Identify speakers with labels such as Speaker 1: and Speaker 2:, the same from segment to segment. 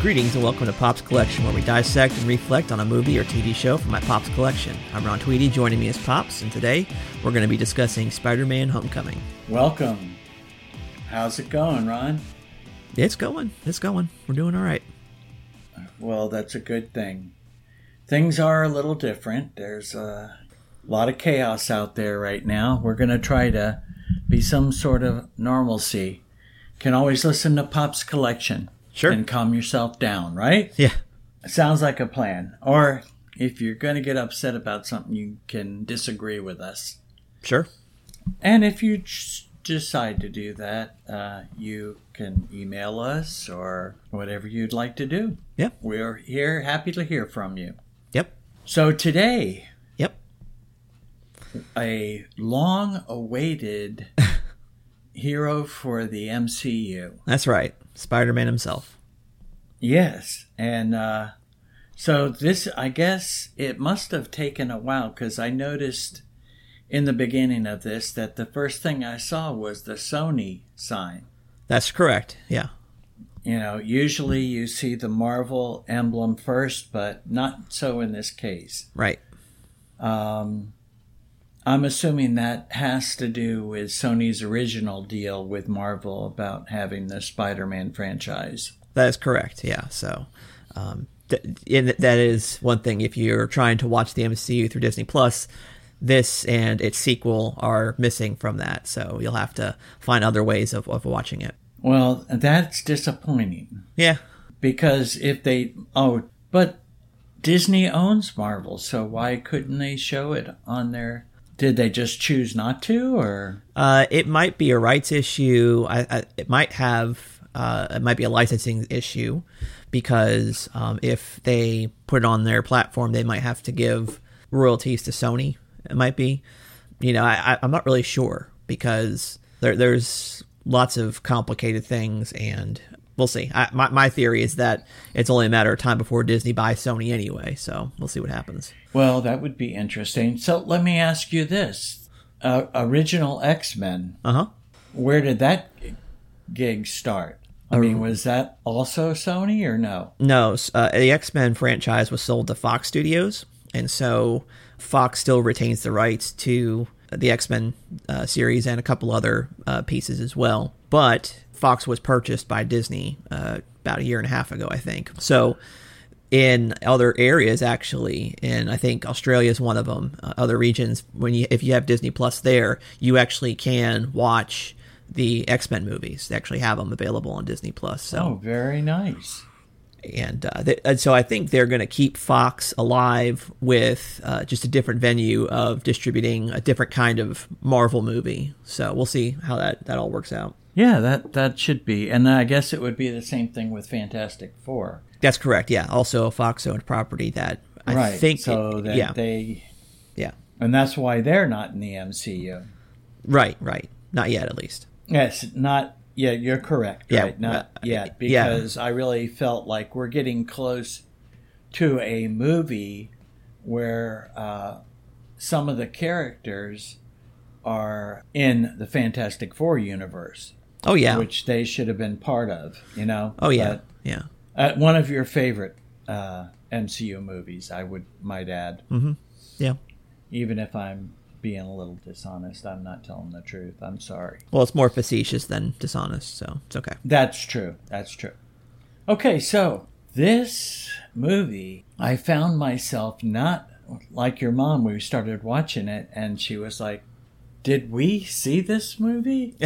Speaker 1: Greetings and welcome to Pop's Collection, where we dissect and reflect on a movie or TV show from my Pop's Collection. I'm Ron Tweedy, joining me is Pops, and today we're going to be discussing Spider Man Homecoming.
Speaker 2: Welcome. How's it going, Ron?
Speaker 1: It's going, it's going. We're doing all right.
Speaker 2: Well, that's a good thing. Things are a little different. There's a lot of chaos out there right now. We're going to try to be some sort of normalcy. Can always listen to Pop's collection.
Speaker 1: Sure.
Speaker 2: And calm yourself down, right?
Speaker 1: Yeah,
Speaker 2: Sounds like a plan. Or if you're going to get upset about something, you can disagree with us.
Speaker 1: sure.
Speaker 2: And if you ch- decide to do that, uh, you can email us or whatever you'd like to do.
Speaker 1: Yeah.
Speaker 2: We're here, happy to hear from you.
Speaker 1: Yep,
Speaker 2: So today,
Speaker 1: yep.
Speaker 2: a long awaited hero for the MCU.
Speaker 1: That's right. Spider Man himself.
Speaker 2: Yes. And uh, so this, I guess it must have taken a while because I noticed in the beginning of this that the first thing I saw was the Sony sign.
Speaker 1: That's correct. Yeah,
Speaker 2: you know, usually you see the Marvel emblem first, but not so in this case.
Speaker 1: right.
Speaker 2: Um, I'm assuming that has to do with Sony's original deal with Marvel about having the Spider Man franchise.
Speaker 1: That is correct. Yeah. So, um, th- and th- that is one thing. If you're trying to watch the MCU through Disney Plus, this and its sequel are missing from that. So you'll have to find other ways of, of watching it.
Speaker 2: Well, that's disappointing
Speaker 1: Yeah.
Speaker 2: because if they, oh, but Disney owns Marvel, so why couldn't they show it on their? Did they just choose not to, or
Speaker 1: Uh, it might be a rights issue. I, I it might have uh, it might be a licensing issue because um, if they put it on their platform, they might have to give royalties to Sony. It might be, you know, I, I- I'm not really sure because there, there's lots of complicated things, and we'll see. I, my my theory is that it's only a matter of time before Disney buys Sony anyway, so we'll see what happens.
Speaker 2: Well, that would be interesting. So let me ask you this: uh, original X Men,
Speaker 1: Uh huh.
Speaker 2: where did that gig start? I mean, was that also Sony or no?
Speaker 1: No, s- uh, the X Men franchise was sold to Fox Studios, and so Fox still retains the rights to the X Men uh, series and a couple other uh, pieces as well. But Fox was purchased by Disney uh, about a year and a half ago, I think. So in other areas actually and i think australia is one of them uh, other regions when you if you have disney plus there you actually can watch the x-men movies they actually have them available on disney plus so
Speaker 2: Oh, very nice.
Speaker 1: and, uh, th- and so I think they're going to keep Fox alive with uh, just a different venue of distributing a different kind of Marvel movie. So we'll see how that, that all works out.
Speaker 2: Yeah, that that should be, and I guess it would be the same thing with Fantastic Four,
Speaker 1: That's correct. Yeah. Also a Fox owned property that I
Speaker 2: right?
Speaker 1: think.
Speaker 2: so that
Speaker 1: yeah.
Speaker 2: they,
Speaker 1: yeah.
Speaker 2: and that's why they're not in the MCU.
Speaker 1: Right. Right. Not yet, at least.
Speaker 2: Yes, not. Yeah, you're correct.
Speaker 1: Yeah,
Speaker 2: right, not
Speaker 1: uh,
Speaker 2: yet
Speaker 1: yeah.
Speaker 2: because I really felt like we're getting close to a movie where uh, some of the characters are in the Fantastic Four universe,
Speaker 1: Oh, yeah.
Speaker 2: which they should have been part of. You know.
Speaker 1: oh, yeah. yeah.
Speaker 2: But, uh, one of your favorite uh, MCU movies, I would might add.
Speaker 1: Mm-hmm. Yeah.
Speaker 2: Even if I'm being a little dishonest, I'm not telling the truth. I'm sorry.
Speaker 1: Well, it's more facetious than dishonest. So it's okay.
Speaker 2: That's true. That's true. Okay, so this movie, I found myself not like your mom. We started watching it, and she was like, Did we see this movie?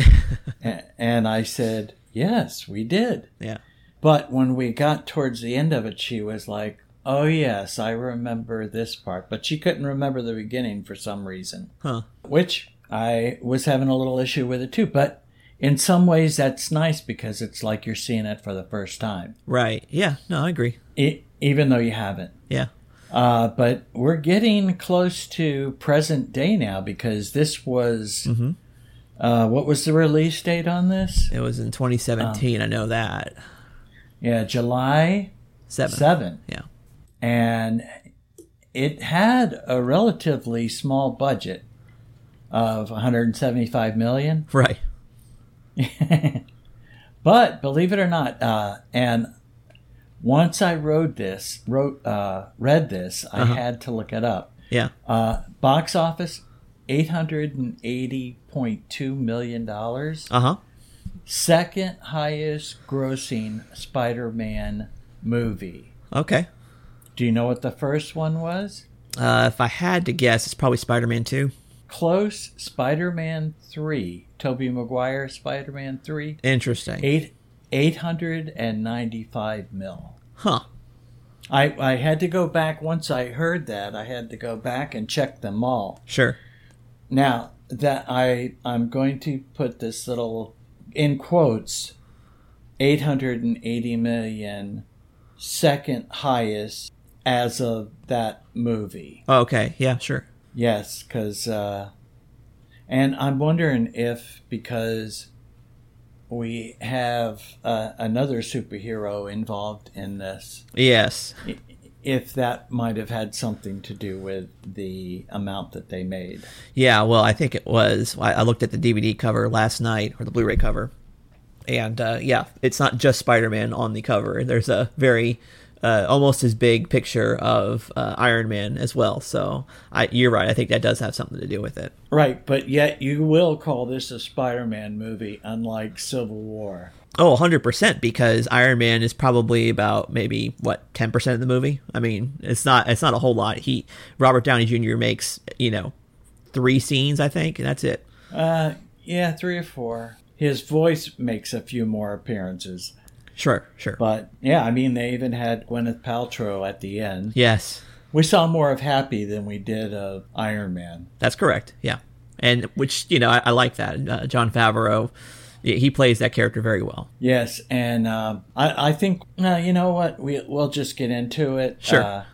Speaker 2: A- and I said, Yes, we did.
Speaker 1: Yeah.
Speaker 2: But when we got towards the end of it, she was like, Oh, yes, I remember this part. But she couldn't remember the beginning for some reason
Speaker 1: Huh.
Speaker 2: which I was having a little issue with it too. But in some ways, that's nice because it's like you're seeing it for the first time,
Speaker 1: Right. Yeah. No, I agree.
Speaker 2: e- even though you haven't.
Speaker 1: Yeah.
Speaker 2: Uh, but we're getting close to present day now because this was. Uh, what was the release date on this?
Speaker 1: It was in
Speaker 2: Um,
Speaker 1: 2017. I know that.
Speaker 2: Yeah, July
Speaker 1: Seven.
Speaker 2: 7th.
Speaker 1: Yeah.
Speaker 2: and it had a relatively small budget of 175 million.
Speaker 1: Right.
Speaker 2: but believe it or not, uh, and Once I wrote this, wrote uh, read this, I had to look it up.
Speaker 1: Yeah.
Speaker 2: Uh, box office, eight hundred and eighty point two million dollars.
Speaker 1: Uh huh.
Speaker 2: Second highest grossing Spider-Man movie.
Speaker 1: Okay.
Speaker 2: Do you know what the first one was?
Speaker 1: Uh, if I had to guess, it's probably Spider Man 2.
Speaker 2: Close Spider-Man 3, Tobey Maguire Spider-Man 3,
Speaker 1: Interesting.
Speaker 2: 8 895 mil.
Speaker 1: Huh.
Speaker 2: I I had to go back once I heard that. I had to go back and check them all.
Speaker 1: Sure.
Speaker 2: Now, that I I'm going to put this little in quotes 880 million second highest as of that movie.
Speaker 1: Oh, okay. Yeah, sure.
Speaker 2: Yes, because, uh, and I'm wondering if because we have uh, another superhero involved in this,
Speaker 1: Yes.
Speaker 2: i- if that might have had something to do with the amount that they made.
Speaker 1: Yeah, well, I think it was. I, I looked at the DVD cover last night, or the Blu ray cover. And uh, yeah, it's not just Spider Man on the cover. There's a very, uh, almost as big picture of uh, Iron Man as well. So I, you're right. I think that does have something to do with it.
Speaker 2: Right, but yet you will call this a Spider Man movie, unlike Civil War.
Speaker 1: Oh, 100% because Iron Man is probably about maybe what 10% of the movie. I mean, it's not it's not a whole lot. He Robert Downey Jr. makes, you know, 3 scenes, I think, and that's it.
Speaker 2: Uh, yeah, three or four. His voice makes a few more appearances.
Speaker 1: Sure, sure.
Speaker 2: But yeah, I mean, they even had Gwyneth Paltrow at the end.
Speaker 1: yes.
Speaker 2: We saw more of Happy than we did of Iron Man.
Speaker 1: That's correct. Yeah, and which you know I, I like that uh, John Favreau. He he plays that character very well.
Speaker 2: Yes, and um, I, I think uh, you know what we we'll just get into it.
Speaker 1: Sure.
Speaker 2: Uh,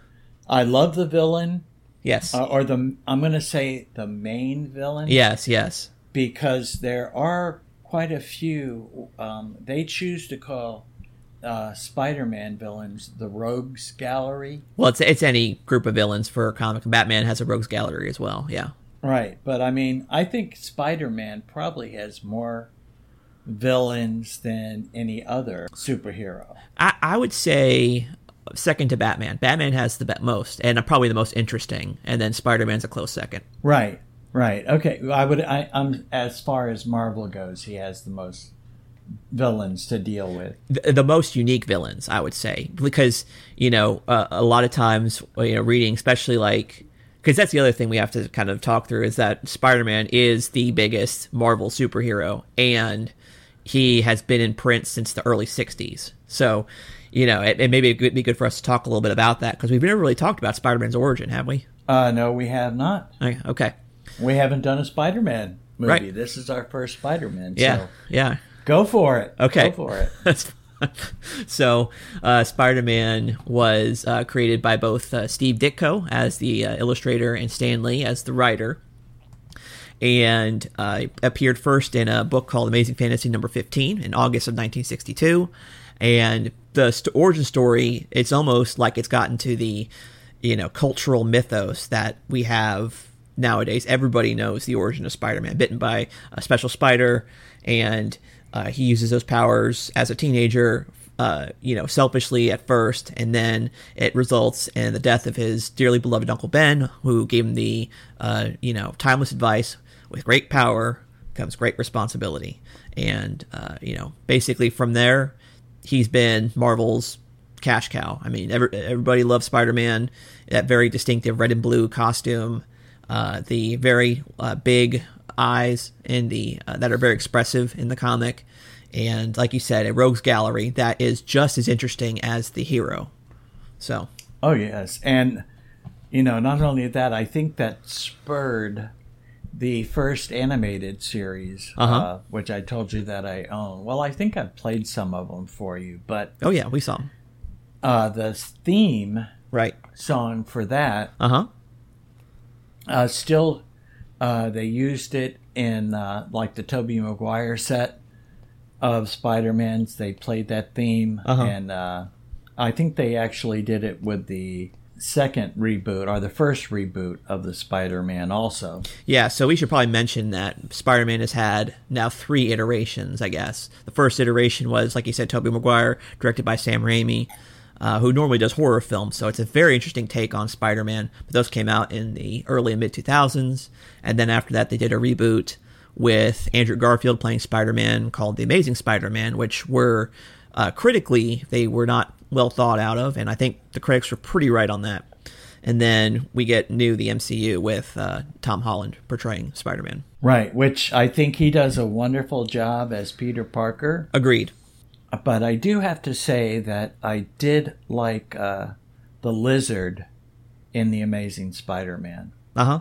Speaker 2: I love the villain,
Speaker 1: Yes,
Speaker 2: uh, or the I'm going to say the main villain.
Speaker 1: yes, yes.
Speaker 2: because there are quite a few. Um, they choose to call uh, Spider-Man villains the Rogues Gallery.
Speaker 1: Well, it's it's any group of villains for a comic. Batman has a rogues gallery as well. Yeah,
Speaker 2: Right, but I mean, I think Spider Man probably has more villains than any other superhero.
Speaker 1: I I would say second to Batman. Batman has the be- most and probably the most interesting, and then Spider Man's a close second.
Speaker 2: Right, right. Okay, I would. I, I'm as far as Marvel goes, he has the most villains to deal with.
Speaker 1: the, the most unique villains, I would say, because you know uh, a lot of times you know reading, especially like because that's the other thing we have to kind of talk through is that Spider-Man is the biggest Marvel superhero, and he has been in print since the early '60s. So, you know, it, it maybe it would be good for us to talk a little bit about that because we've never really talked about Spider-Man's origin, have we?
Speaker 2: Uh, no, we have not.
Speaker 1: Okay, okay.
Speaker 2: We haven't done a Spider Man movie.
Speaker 1: Right.
Speaker 2: This is our first Spider Man.
Speaker 1: yeah,
Speaker 2: So
Speaker 1: yeah.
Speaker 2: go for it.
Speaker 1: Okay.
Speaker 2: Go for it.
Speaker 1: That's fine. so, uh, Spider Man was uh, created by both uh, Steve Ditko as the uh, illustrator and Stan Lee as the writer. And uh, appeared first in a book called Amazing Fantasy number 15 in August of 1962. And the st- origin story, it's almost like it's gotten to the, you know, cultural mythos that we have nowadays. Everybody knows the origin of Spider-Man, bitten by a special spider, and uh, he uses those powers as a teenager, uh, you know, selfishly at first, and then it results in the death of his dearly beloved Uncle Ben, who gave him the, uh, you know, timeless advice: with great power comes great responsibility. And uh, you know, basically from there, he's been Marvel's cash cow. I mean, every, everybody loves Spider Man, that very distinctive red and blue costume, uh, the very uh, big eyes in the uh, that are very expressive in the comic, and like you said, a rogues gallery that is just as interesting as the hero. So
Speaker 2: Oh yes, and you know, not only that, I think that spurred the first animated series,
Speaker 1: Uh-huh.
Speaker 2: uh, which I told you that I own. Well, I think I've played some of them for you, but
Speaker 1: oh yeah, we saw him.
Speaker 2: uh, the theme
Speaker 1: Right.
Speaker 2: song for that
Speaker 1: Uh huh.
Speaker 2: uh, still uh, they used it in uh, like the Tobey Maguire set of Spider Man's. They played that theme,
Speaker 1: Uh-huh.
Speaker 2: and uh, I think they actually did it with the second reboot or the first reboot of the Spider Man also.
Speaker 1: Yeah, so we should probably mention that Spider Man has had now three iterations, I guess. The first iteration was, like you said, Tobey Maguire, directed by Sam Raimi. uh, who normally does horror films. So it's a very interesting take on Spider Man. But those came out in the early and mid 2000s. And then after that, they did a reboot with Andrew Garfield playing Spider Man called The Amazing Spider Man, which were uh, critically, they were not well thought out of. And I think the critics were pretty right on that. And then we get new the MCU with uh, Tom Holland portraying Spider Man.
Speaker 2: Right, which I think he does a wonderful job as Peter Parker.
Speaker 1: Agreed.
Speaker 2: But I do have to say that I did like uh, the lizard in The Amazing Spider Man.
Speaker 1: Uh huh.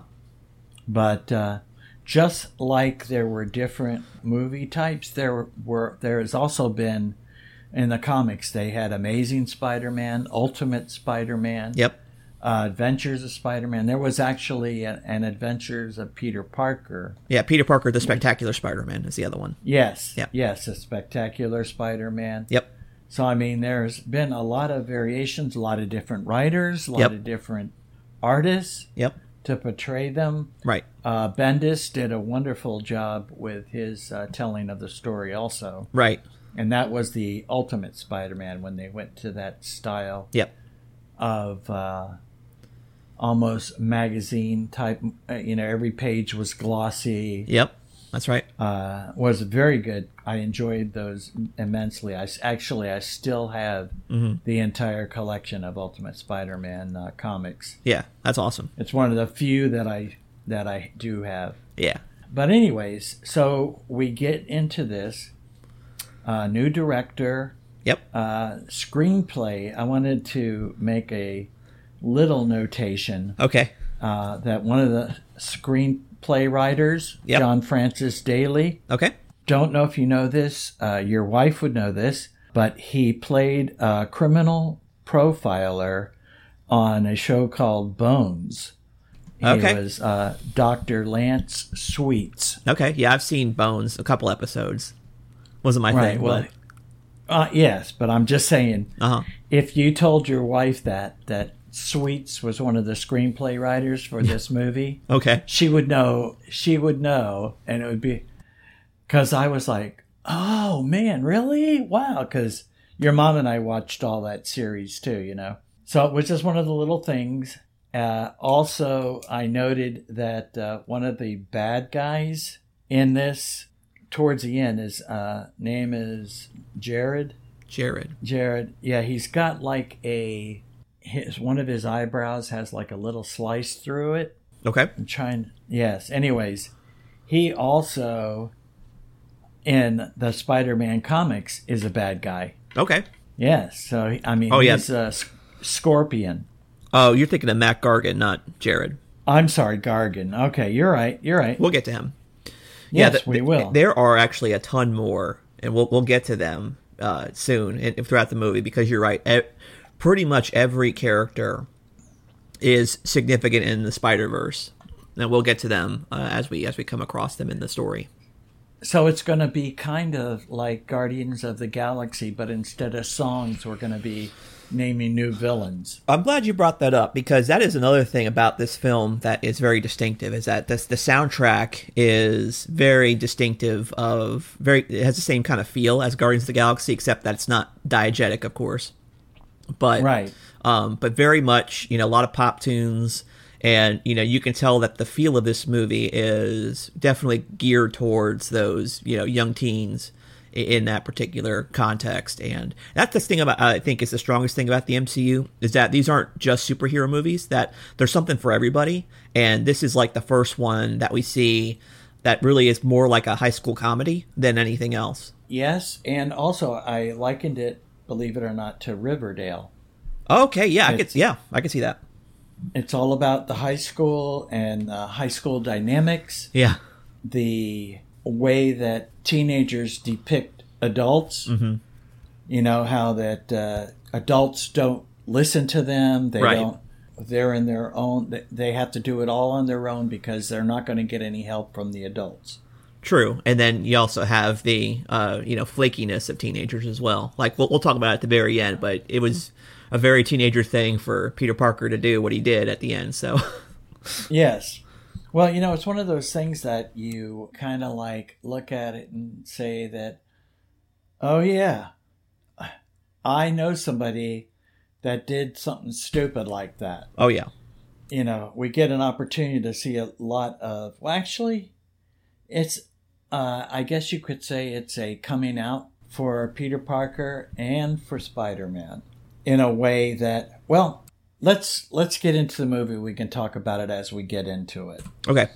Speaker 2: But uh, just like there were different movie types, there were there has also been in the comics they had Amazing Spider Man, Ultimate Spider Man.
Speaker 1: Yep.
Speaker 2: Uh, Adventures of Spider Man. There was actually a, an Adventures of Peter Parker.
Speaker 1: Yeah, Peter Parker, the Spectacular Spider Man is the other one.
Speaker 2: Yes.
Speaker 1: Yep.
Speaker 2: Yes, a spectacular Spider Man.
Speaker 1: Yep.
Speaker 2: So, I mean, there's been a lot of variations, a lot of different writers, a lot
Speaker 1: Yep.
Speaker 2: of different artists
Speaker 1: Yep.
Speaker 2: to portray them.
Speaker 1: Right.
Speaker 2: Uh, Bendis did a wonderful job with his uh, telling of the story, also.
Speaker 1: Right.
Speaker 2: And that was the ultimate Spider Man when they went to that style
Speaker 1: Yep.
Speaker 2: of uh, almost magazine type. uh, You know, every page was glossy.
Speaker 1: Yep. That's right.
Speaker 2: Uh, was very good. I enjoyed those immensely. I s- actually I still have the entire collection of Ultimate Spider-Man uh, comics.
Speaker 1: Yeah. That's awesome.
Speaker 2: It's one of the few that I that I do have.
Speaker 1: Yeah.
Speaker 2: But anyways, so we get into this uh, new director
Speaker 1: Yep.
Speaker 2: uh, screenplay. I wanted to make a little notation
Speaker 1: Okay.
Speaker 2: uh, that one of the screenplay writers,
Speaker 1: Yep.
Speaker 2: John Francis Daly,
Speaker 1: Okay.
Speaker 2: don't know if you know this, uh, your wife would know this, but he played a criminal profiler on a show called Bones. He
Speaker 1: Okay.
Speaker 2: was uh, Dr. Lance Sweets.
Speaker 1: Okay. Yeah, I've seen Bones a couple episodes. Wasn't my
Speaker 2: Right.
Speaker 1: thing,
Speaker 2: Well, uh, yes, but I'm just saying,
Speaker 1: but uh huh.
Speaker 2: if you told your wife that that Sweets was one of the screenplay writers for this movie,
Speaker 1: Okay.
Speaker 2: she would know. She would know, and it would be because I was like, "Oh man, really? Wow!" Because your mom and I watched all that series too, you know. So it was just one of the little things. Uh, also, I noted that uh, one of the bad guys in this towards the end is uh, name is Jared.
Speaker 1: Jared.
Speaker 2: Jared. Yeah, he's got like a his one of his eyebrows has like a little slice through it.
Speaker 1: Okay.
Speaker 2: I'm trying. Yes. Anyways, he also in the Spider-Man comics is a bad guy.
Speaker 1: Okay.
Speaker 2: Yes. So I mean,
Speaker 1: Oh, yeah.
Speaker 2: he's a s- scorpion.
Speaker 1: Oh, you're thinking of Matt Gargan, not Jared.
Speaker 2: I'm sorry, Gargan. Okay, you're right. You're right.
Speaker 1: We'll get to him.
Speaker 2: yes,
Speaker 1: th-
Speaker 2: we
Speaker 1: th-
Speaker 2: will.
Speaker 1: There are actually a ton more, and we'll we'll get to them uh, soon and throughout the movie because you're right. E- pretty much every character is significant in the Spider Verse, and we'll get to them uh, as we as we come across them in the story.
Speaker 2: so it's going to be kind of like Guardians of the Galaxy, but instead of songs, we're going to be naming new villains.
Speaker 1: I'm glad you brought that up because that is another thing about this film that is very distinctive is that this, the soundtrack is very distinctive of very it has the same kind of feel as Guardians of the Galaxy except that it's not diegetic of course but
Speaker 2: Right.
Speaker 1: um, but very much you know a lot of pop tunes and you know you can tell that the feel of this movie is definitely geared towards those you know young teens i- in that particular context and that's the thing about i think is the strongest thing about the mcu is that these aren't just superhero movies that there's something for everybody and this is like the first one that we see that really is more like a high school comedy than anything else
Speaker 2: Yes, and also I likened it, believe it or not, to Riverdale.
Speaker 1: okay yeah i could yeah i could see that
Speaker 2: It's all about the high school and uh, high school dynamics,
Speaker 1: yeah
Speaker 2: the way that teenagers depict adults. You know how that uh, adults don't listen to them. They
Speaker 1: Right.
Speaker 2: don't. They're in their own. they- They have to do it all on their own because they're not going to get any help from the adults.
Speaker 1: True, and then you also have the uh, you know flakiness of teenagers as well. Like we'll, we'll talk about it at the very end, but it was a very teenager thing for Peter Parker to do what he did at the end. So
Speaker 2: Yes. Well, you know, it's one of those things that you kind of like look at it and say that, oh, yeah, I know somebody that did something stupid like that.
Speaker 1: Oh yeah.
Speaker 2: You know, we get an opportunity to see a lot of. Well, actually, it's. Uh, I guess you could say it's a coming out for Peter Parker and for Spider Man in a way that. Well, let's let's get into the movie. We can talk about it as we get into it.
Speaker 1: Okay.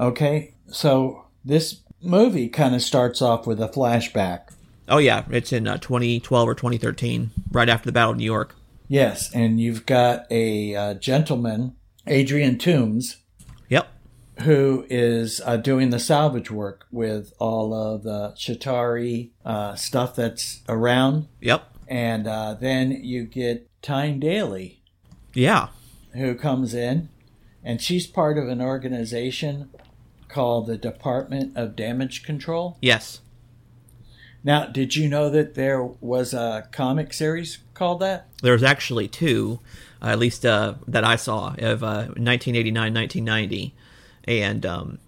Speaker 2: Okay, so this movie kind of starts off with a flashback.
Speaker 1: Oh yeah, it's in uh, 2012 or 2013, right after the Battle of New York.
Speaker 2: Yes, and you've got a uh, gentleman, Adrian Toombs,
Speaker 1: Yep.
Speaker 2: who is uh, doing the salvage work with all of the Shatari uh, stuff that's around.
Speaker 1: Yep.
Speaker 2: And uh, then you get Tyne Daly,
Speaker 1: Yeah.
Speaker 2: who comes in, and she's part of an organization called the Department of Damage Control.
Speaker 1: Yes.
Speaker 2: Now, did you know that there was a comic series called that?
Speaker 1: There's actually two, uh, at least uh, that I saw of uh, 1989, 1990, and um,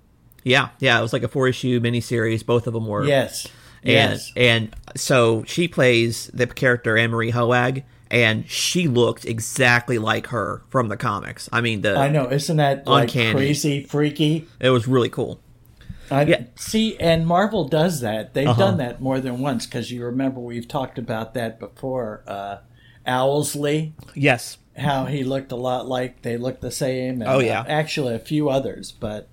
Speaker 1: yeah, yeah, it was like a four issue miniseries. Both of them were
Speaker 2: Yes.
Speaker 1: And,
Speaker 2: yes.
Speaker 1: and so she plays the character Anne Marie Hoag, and she looked exactly like her from the comics. I mean, the
Speaker 2: I know, isn't that like
Speaker 1: Uncanny.
Speaker 2: crazy, freaky?
Speaker 1: it was really cool.
Speaker 2: I
Speaker 1: Yeah.
Speaker 2: see, and Marvel does that. They've
Speaker 1: Uh-huh.
Speaker 2: done that more than once because you remember we've talked about that before. Uh, Owlsley,
Speaker 1: Yes.
Speaker 2: how he looked a lot like they looked the same. And,
Speaker 1: Oh,
Speaker 2: uh,
Speaker 1: yeah.
Speaker 2: actually a few others, but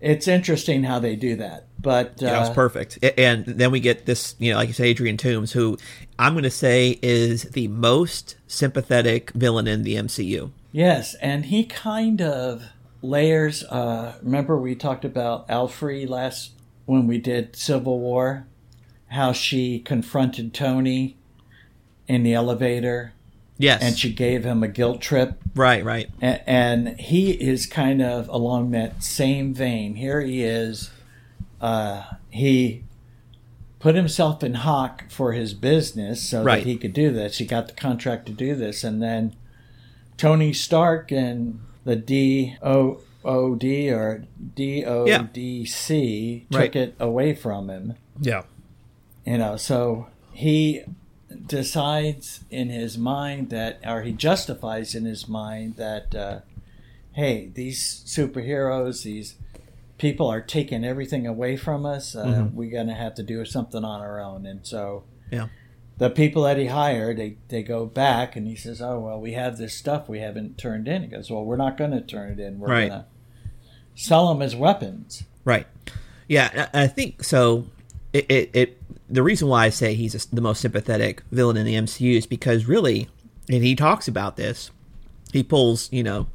Speaker 2: it's interesting how they do that. But uh,
Speaker 1: That was perfect. A- And then we get this, you know, like you said, Adrian Toomes, who I'm going to say is the most sympathetic villain in the MCU.
Speaker 2: yes, and he kind of layers. Uh, remember we talked about Alfrey last when we did Civil War, how she confronted Tony in the elevator.
Speaker 1: Yes.
Speaker 2: and she gave him a guilt trip.
Speaker 1: right, right.
Speaker 2: A- And he is kind of along that same vein. Here he is. Uh, he put himself in hock for his business so
Speaker 1: Right.
Speaker 2: that he could do this. He got the contract to do this. And then Tony Stark and the DOOD or DODC took
Speaker 1: Right.
Speaker 2: it away from him
Speaker 1: Yeah.
Speaker 2: you know so he decides in his mind that or he justifies in his mind that uh, hey these superheroes these people are taking everything away from us uh, we're going to have to do something on our own and so
Speaker 1: Mm-hmm. Yeah.
Speaker 2: the people that he hired they, they go back and he says oh well we have this stuff we haven't turned in he goes well we're not going to turn it in we're
Speaker 1: Right.
Speaker 2: going to sell them as weapons
Speaker 1: Right. Yeah, I I think so. It, it, it the reason why I say he's a, the most sympathetic villain in the MCU is because really, and he talks about this. He pulls you know,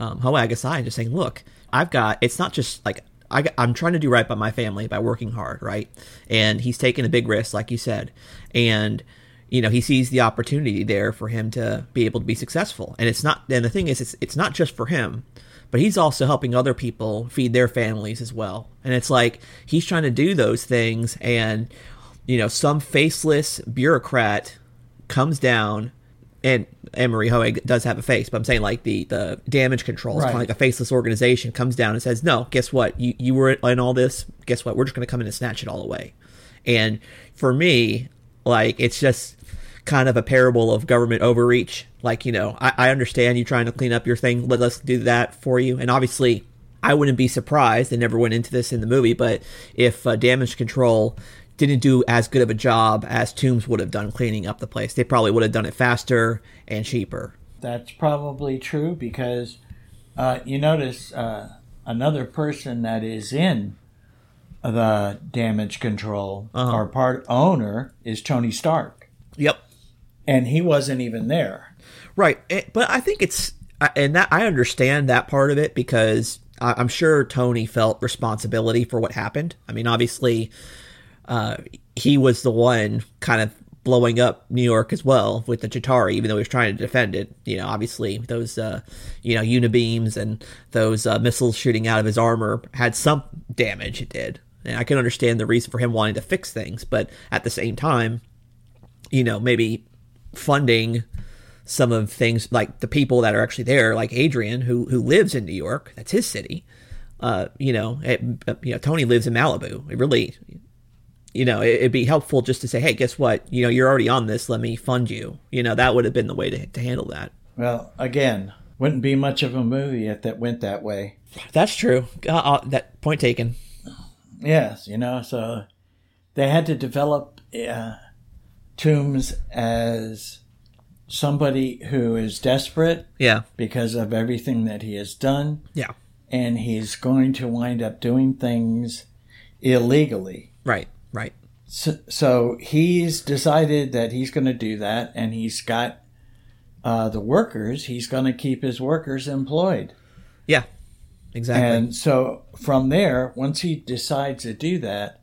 Speaker 1: um, Hoag aside, just saying, "Look, I've got. It's not just like." I, got- I'm trying to do right by my family by working hard, right? And he's taking a big risk, like you said. And you know he sees the opportunity there for him to be able to be successful and it's not and the thing is it's it's not just for him but he's also helping other people feed their families as well and it's like he's trying to do those things and you know some faceless bureaucrat comes down and Emery Hoeg does have a face, but I'm saying like the the damage control is kind of
Speaker 2: Right.
Speaker 1: like a faceless organization comes down and says, "No, guess what? You you were in all this. Guess what? We're just going to come in and snatch it all away." And for me, like it's just kind of a parable of government overreach. Like you know, I, I understand you trying to clean up your thing. Let us do that for you. And obviously, I wouldn't be surprised. They never went into this in the movie, but if uh, damage control didn't do as good of a job as Toombs would have done cleaning up the place, they probably would have done it faster and cheaper.
Speaker 2: That's probably true because uh, you notice uh, another person that is in the damage control or part owner is Tony Stark,
Speaker 1: Yep.
Speaker 2: and he wasn't even there.
Speaker 1: Right, Eh, but I think it's I- and that I understand that part of it because I- I'm sure Tony felt responsibility for what happened. I mean, obviously, uh, he was the one kind of blowing up New York as well with the Chitari, even though he was trying to defend it. You know, obviously those uh, you know unibeams and those uh, missiles shooting out of his armor had some damage. It did, and I can understand the reason for him wanting to fix things, but at the same time, you know, maybe funding some of things like the people that are actually there, like Adrian, who who lives in New York. That's uh, his city. Uh, you know, it, you know, Tony lives in Malibu. It really, you know, it, would be helpful just to say, hey, guess what? You know, you're already on this. Let me fund you. You know, that would have been the way to, to handle that.
Speaker 2: Well, again, wouldn't be much of a movie if that went that way.
Speaker 1: That's true. Uh, uh, that point taken.
Speaker 2: Yes, you know, so they had to develop uh, Tombs as somebody who is desperate
Speaker 1: Yeah.
Speaker 2: because of everything that he has done,
Speaker 1: Yeah.
Speaker 2: and he's going to wind up doing things illegally.
Speaker 1: Right. Right.
Speaker 2: So, so he's decided that he's going to do that, and he's got uh, the workers. He's going to keep his workers employed.
Speaker 1: Yeah. Exactly.
Speaker 2: And so from there, once he decides to do that,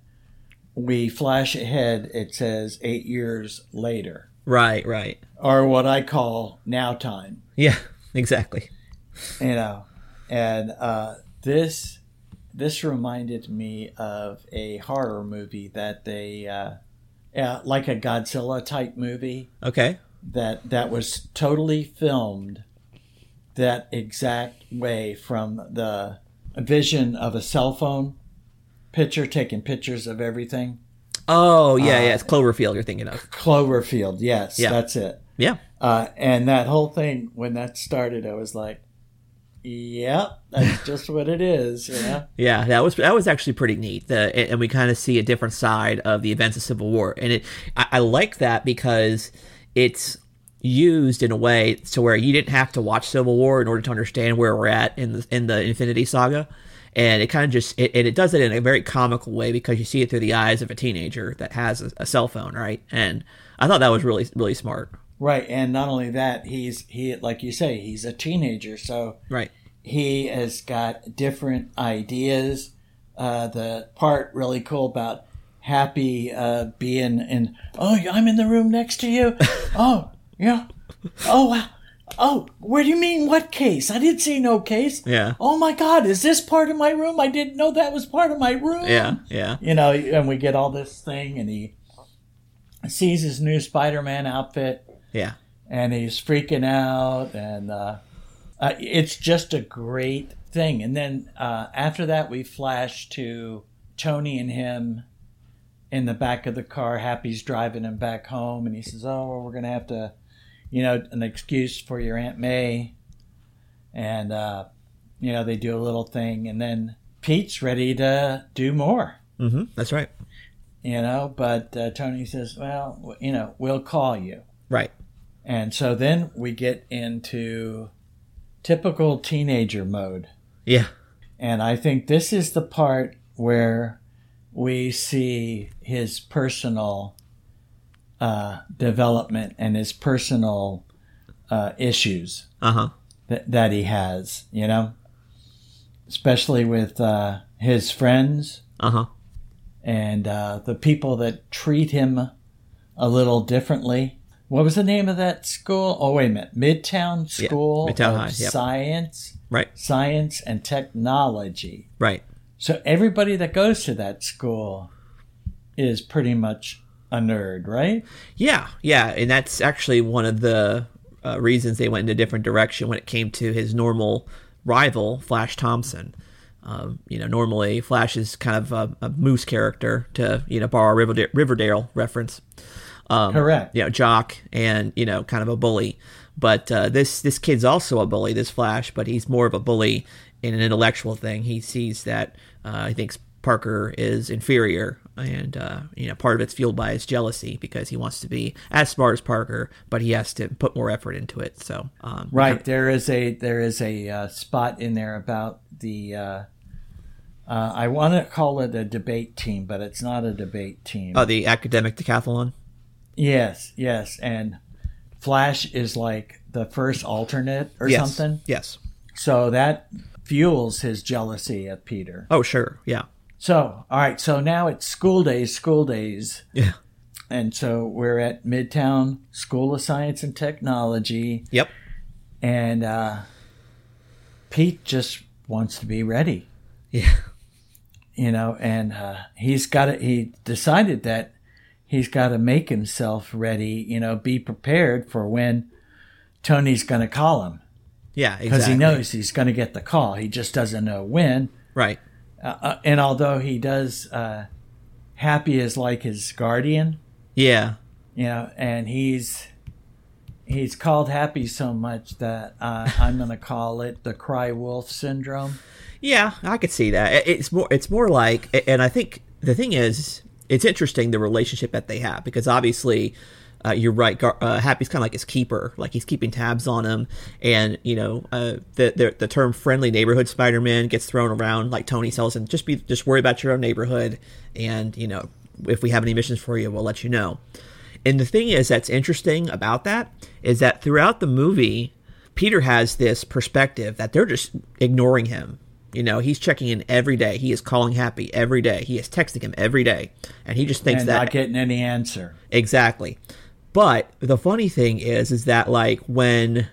Speaker 2: we flash ahead. It says eight years later,
Speaker 1: right. Right.
Speaker 2: or what I call now time.
Speaker 1: Yeah. Exactly.
Speaker 2: you know and uh, this this reminded me of a horror movie that they uh, uh, like a godzilla type movie
Speaker 1: Okay.
Speaker 2: that that was totally filmed that exact way from the vision of a cell phone picture taking pictures of everything
Speaker 1: Oh yeah. yeah. It's Cloverfield you're thinking of.
Speaker 2: cloverfield yes
Speaker 1: Yeah.
Speaker 2: that's it
Speaker 1: Yeah.
Speaker 2: uh, and that whole thing when that started i was like yep that's just what it is you know
Speaker 1: Yeah, that was that was actually pretty neat. The, and we kind of see a different side of the events of Civil War, and it I, I like that because it's used in a way to where you didn't have to watch Civil War in order to understand where we're at in the in the Infinity Saga, and it kind of just it, and it does it in a very comical way because you see it through the eyes of a teenager that has a, a cell phone, right? And I thought that was really really smart.
Speaker 2: Right, and not only that, he's he like you say, he's a teenager, so
Speaker 1: Right.
Speaker 2: he has got different ideas. Uh, the part really cool about Happy uh, being in oh yeah, I'm in the room next to you. oh yeah. Oh wow. Oh, what do you mean? What case? I didn't see no case.
Speaker 1: Yeah.
Speaker 2: Oh my God, is this part of my room? I didn't know that was part of my room
Speaker 1: Yeah. Yeah.
Speaker 2: you know, and we get all this thing, and he sees his new Spider-Man outfit,
Speaker 1: Yeah.
Speaker 2: and he's freaking out, and uh, uh, it's just a great thing. And then uh, after that, we flash to Tony and him in the back of the car. Happy's driving him back home, and he says, "Oh, well, we're gonna have to, you know, an excuse for your Aunt May," and uh, you know, they do a little thing, and then Pete's ready to do more
Speaker 1: hmm That's right.
Speaker 2: you know but uh, tony says well w- you know we'll call you
Speaker 1: Right.
Speaker 2: and so then we get into typical teenager mode
Speaker 1: Yeah.
Speaker 2: and i think this is the part where we see his personal uh, development and his personal uh, issues
Speaker 1: Uh huh.
Speaker 2: that, that he has you know especially with uh, his friends
Speaker 1: Uh huh.
Speaker 2: and uh, the people that treat him a little differently. What was the name of that school? Oh, wait a minute, Midtown
Speaker 1: Yeah,
Speaker 2: School
Speaker 1: Midtown
Speaker 2: of
Speaker 1: High, yep.
Speaker 2: Science,
Speaker 1: Right.
Speaker 2: Science and Technology.
Speaker 1: Right.
Speaker 2: So everybody that goes to that school is pretty much a nerd, right?
Speaker 1: Yeah, yeah, and that's actually one of the uh, reasons they went in a different direction when it came to his normal rival, Flash Thompson. Um, you know, normally Flash is kind of a, a moose character to you know borrow a Riverdale, Riverdale reference. Um,
Speaker 2: Correct.
Speaker 1: You know, jock and you know, kind of a bully. But uh, this this kid's also a bully. This Flash, but he's more of a bully in an intellectual thing. He sees that uh, he thinks Parker is inferior, and uh, you know, part of it's fueled by his jealousy because he wants to be as smart as Parker, but he has to put more effort into it. So, um,
Speaker 2: Right. There is a there is a uh, spot in there about the. Uh, uh, I want to call it a debate team, but it's not a debate team.
Speaker 1: Oh, the academic decathlon.
Speaker 2: Yes, yes, and Flash is like the first alternate or
Speaker 1: Yes.
Speaker 2: something.
Speaker 1: Yes.
Speaker 2: So that fuels his jealousy of Peter.
Speaker 1: Oh, sure. Yeah.
Speaker 2: So, all right, so now it's school days, school days.
Speaker 1: Yeah.
Speaker 2: And so we're at Midtown School of Science and Technology,
Speaker 1: Yep.
Speaker 2: and uh, Pete just wants to be ready,
Speaker 1: Yeah.
Speaker 2: you know, and uh, he's got to, he decided that he's got to make himself ready, you know, be prepared for when Tony's going to call him.
Speaker 1: Yeah. Exactly.
Speaker 2: because he knows he's going to get the call. He just doesn't know when.
Speaker 1: Right.
Speaker 2: Uh, uh, and although he does uh, Happy is like his guardian,
Speaker 1: Yeah.
Speaker 2: you know, and he's he's called Happy so much that uh, I'm going to call it the cry wolf syndrome.
Speaker 1: Yeah, I could see that. It- It's more it's more like and I think the thing is it's interesting the relationship that they have because obviously uh, you're right. Gar- uh, Happy's kind of like his keeper, like he's keeping tabs on him, and you know uh, the, the the term "friendly neighborhood Spider-Man" gets thrown around. Like Tony tells him, just be just worry about your own neighborhood, and you know if we have any missions for you, we'll let you know. And the thing is that's interesting about that is that throughout the movie, Peter has this perspective that they're just ignoring him. You know, he's checking in every day. He is calling Happy every day. He is texting him every day, and he just thinks
Speaker 2: and
Speaker 1: that
Speaker 2: not getting any answer.
Speaker 1: Exactly. But the funny thing is, is that like when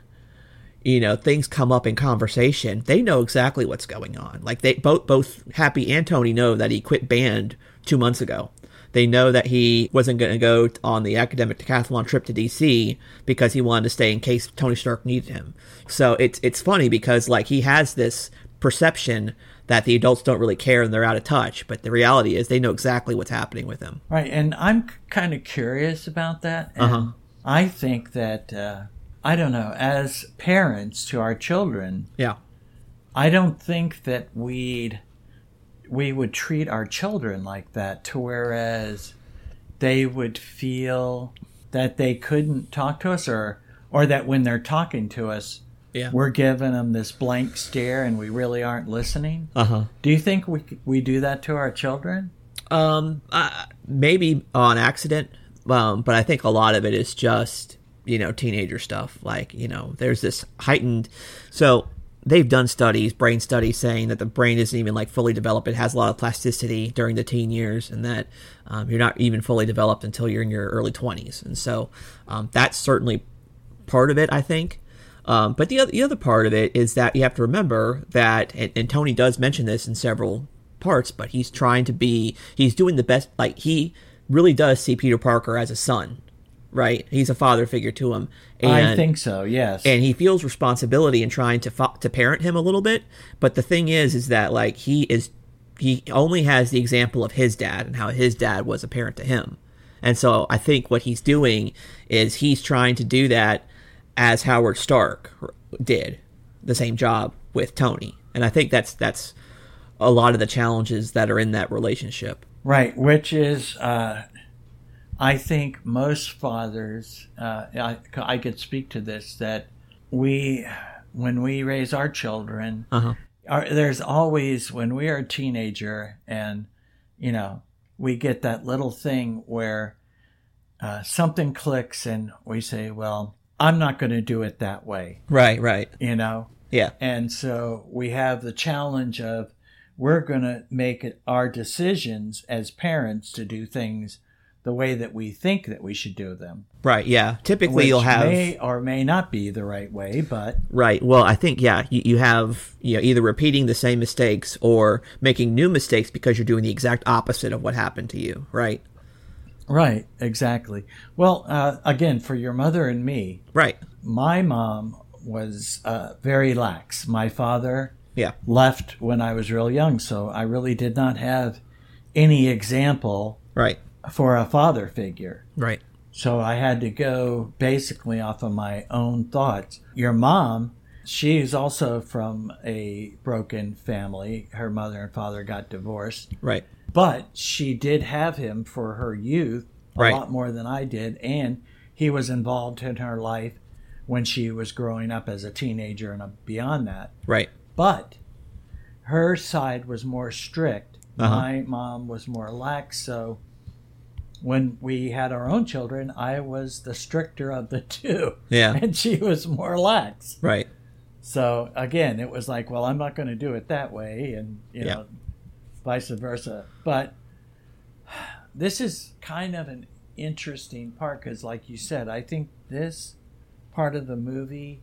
Speaker 1: you know things come up in conversation, they know exactly what's going on. Like they both both Happy and Tony know that he quit band two months ago. They know that he wasn't going to go on the academic decathlon trip to DC because he wanted to stay in case Tony Stark needed him. So it's it's funny because like he has this perception that the adults don't really care and they're out of touch, but the reality is they know exactly what's happening with him.
Speaker 2: Right, and I'm kind of curious about that. And
Speaker 1: Uh-huh.
Speaker 2: I think that uh, I don't know. As parents to our children,
Speaker 1: Yeah.
Speaker 2: I don't think that we'd we would treat our children like that. To whereas they would feel that they couldn't talk to us, or or that when they're talking to us,
Speaker 1: Yeah.
Speaker 2: we're giving them this blank stare and we really aren't listening.
Speaker 1: Uh huh.
Speaker 2: Do you think we we do that to our children?
Speaker 1: Um, uh, maybe on accident, um, but I think a lot of it is just you know teenager stuff. Like you know, there's this heightened. So they've done studies, brain studies, saying that the brain isn't even like fully developed. It has a lot of plasticity during the teen years, and that um, you're not even fully developed until you're in your early 20s. And so um, that's certainly part of it, I think. Um, but the other, the other part of it is that you have to remember that, and, and Tony does mention this in several parts, but he's trying to be, he's doing the best, like, he really does see Peter Parker as a son, right? He's a father figure to him. And,
Speaker 2: I think so. Yes.
Speaker 1: And he feels responsibility in trying to, fo- to parent him a little bit. But the thing is, is that, like, he is, he only has the example of his dad and how his dad was a parent to him. And so I think what he's doing is he's trying to do that as Howard Stark did the same job with Tony. And I think that's that's a lot of the challenges that are in that relationship.
Speaker 2: Right, which is, uh, I think most fathers, uh, I, I could speak to this, that we, when we raise our children,
Speaker 1: Uh-huh.
Speaker 2: our, there's always, when we are a teenager and, you know, we get that little thing where uh, something clicks and we say, well, I'm not going to do it that way,
Speaker 1: Right, right.
Speaker 2: you know?
Speaker 1: Yeah.
Speaker 2: And so we have the challenge of we're going to make it our decisions as parents to do things the way that we think that we should do them.
Speaker 1: Right, yeah. Typically
Speaker 2: Which
Speaker 1: you'll have
Speaker 2: may or may not be the right way, but
Speaker 1: Right. Well, I think yeah, you, you have you know either repeating the same mistakes or making new mistakes because you're doing the exact opposite of what happened to you. Right.
Speaker 2: right, exactly. Well, uh, again, for your mother and me,
Speaker 1: Right.
Speaker 2: my mom was uh, very lax. My father
Speaker 1: Yeah.
Speaker 2: left when I was real young, so I really did not have any example
Speaker 1: Right.
Speaker 2: for a father figure.
Speaker 1: Right.
Speaker 2: So I had to go basically off of my own thoughts. Your mom, she's also from a broken family. Her mother and father got divorced,
Speaker 1: Right.
Speaker 2: but she did have him for her youth a
Speaker 1: Right.
Speaker 2: lot more than I did. And he was involved in her life when she was growing up as a teenager and uh, beyond that.
Speaker 1: Right.
Speaker 2: But her side was more strict.
Speaker 1: Uh-huh.
Speaker 2: My mom was more lax. So when we had our own children, I was the stricter of the two.
Speaker 1: Yeah.
Speaker 2: And she was more lax.
Speaker 1: Right.
Speaker 2: So again, it was like, well, I'm not going to do it that way. And, you
Speaker 1: Yeah.
Speaker 2: know, vice versa. But this is kind of an interesting part because, like you said, I think this part of the movie